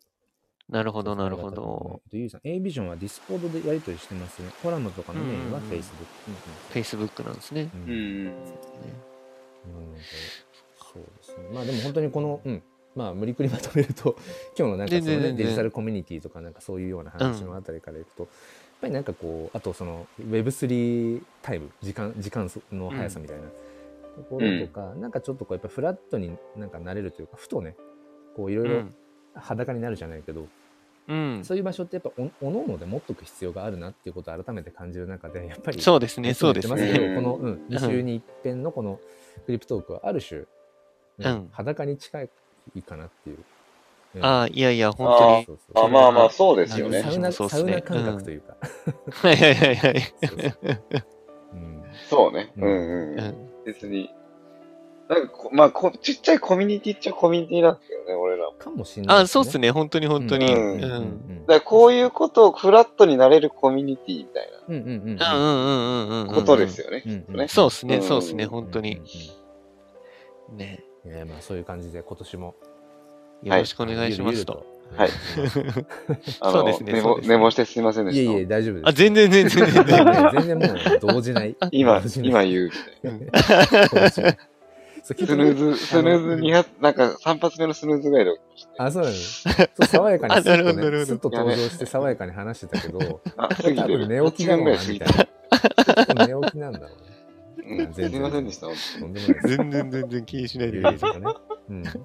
なるほどなるほど。
ゆうさん、A ビジョンはディスコードでやり取りしてますね。コラムとかのメインは
うん
Facebook。
Facebook なんですね
うん
う
うん
ん。
なので、そうですね。まあでも本当にこの、うん。まあ無理くりまとめると、 今日のなんかその、
全然
ね、
全然
デジタルコミュニティとかなんかそういうような話のあたりからいくと、やっぱりなんかこう、あとその Web3 タイム、時間、時間の速さみたいな。ところとか、なんかちょっとこうやっぱフラットになんか慣れるというかふとねこういろ
う
いろ
ん
裸になるじゃないけど、
うん
そういう場所ってやっぱおおのおので持っとく必要があるなっていうことを改めて感じる中でやっぱり
そうですね
いつ
そ
も言
うで
って
す
ますけど
ね
この、うん、2週に一遍のこのクリプトークはある種、うん
うん
裸に近いかなっていう。うん
ああいやいや本当に
そうそうそう
あ、まあまあ、そうです
あ
よ
の
ね
サ。ウナ
そうっ
サ
す
ウ
ね
ナ感覚というか。
はいはいはいはい
そうそううん
そうね。
う
うんんうん
う
うん。
ん
別に。なんかこ、まあこ、ちっちゃいコミュニティっちゃコミュニティなんですよね、俺らも。
かもしれない、
あそうっすね本当に本当に
うん
うんうん
うん
だからこういうことをフラットになれるコミュニティみたい
うんうんうんうん
うんうんうんうん
なことですよね。
うんうん
ね
そうっすね
うん
そうっすね本当に
うん
ね
うんうんねまあそういう感じで今年も
よろしくお願いしますと
ゆる
はい。あ
そう
の、
ですね
寝
そう
坊
ですね
寝坊してすいませんで
い
し
え
た。
いえ、大丈夫
あ、
です。
全然全然全
全
然。
然もう動じない。
今
動、じない
今言う。
そう
ス
結
ヌー
構
ズ、スヌーズ2発、なんか3発目のスヌーズガイド。
あ、そうなんです。そう爽やかにスッ
あなる
と、
ほどなる
ね、
ほど
スッと登場して爽やかに話してたけど、
あ、過ぎ
多
てる。
分寝起きだろう
8分ぐら
ない
過ぎ
み
て
たい
る
な。多分寝起きなんだろうね。
うんすいませんでした。
とんでもないです。
全然全然気にしないで
有
く
名人
ださい。
がね。うん。ま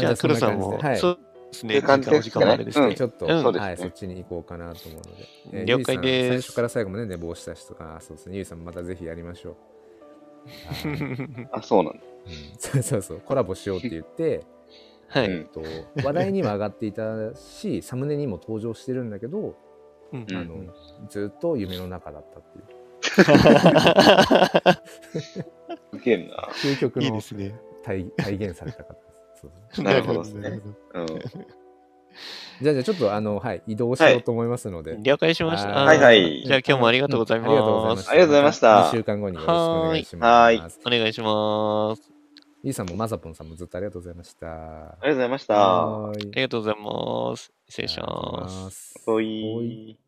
じゃあ、
そ
黒
な
さん
感じ
も、
ではい。
そうです
って
ね、
いう感じ
時間お時間ま
ですかね
でですね
ち。ょっと、
うん
そうですね
はい、そっちに行こうかなと思うので。
了解です
ゆいさん最初から最後まで寝坊した人が、あそうですね。ゆいさんまたぜひやりましょう。 はい
あ、そうなんだ。
うんそうそうそう、コラボしようって言って、
は
う
い。
えっと、 話題にも上がっていたし、サムネにも登場してるんだけど、
うん
あのずっと夢の中だったっていう、
ウケるな。
究極
いいで
の
すね。
体体現された方です。そう
なるほどですね
なるほど
う
じ
ん。
ゃあ、じゃあちょっとあの、はい、移動しようと思いますので、
了解しました。
はいはい
はい
じゃあ今日もありがとうござい
ありがとうござい
ま。
ますす。
ありがとうございました
2週間後によろしくお願いし
はーい
ま
は
す。
お願いします。
ゆいさんもまさぽんさんもずっとありがとうございました。あ
ありがとうございまし
り
た。
とうございま
ありがとうございます。失礼します。
す
お
おい
い。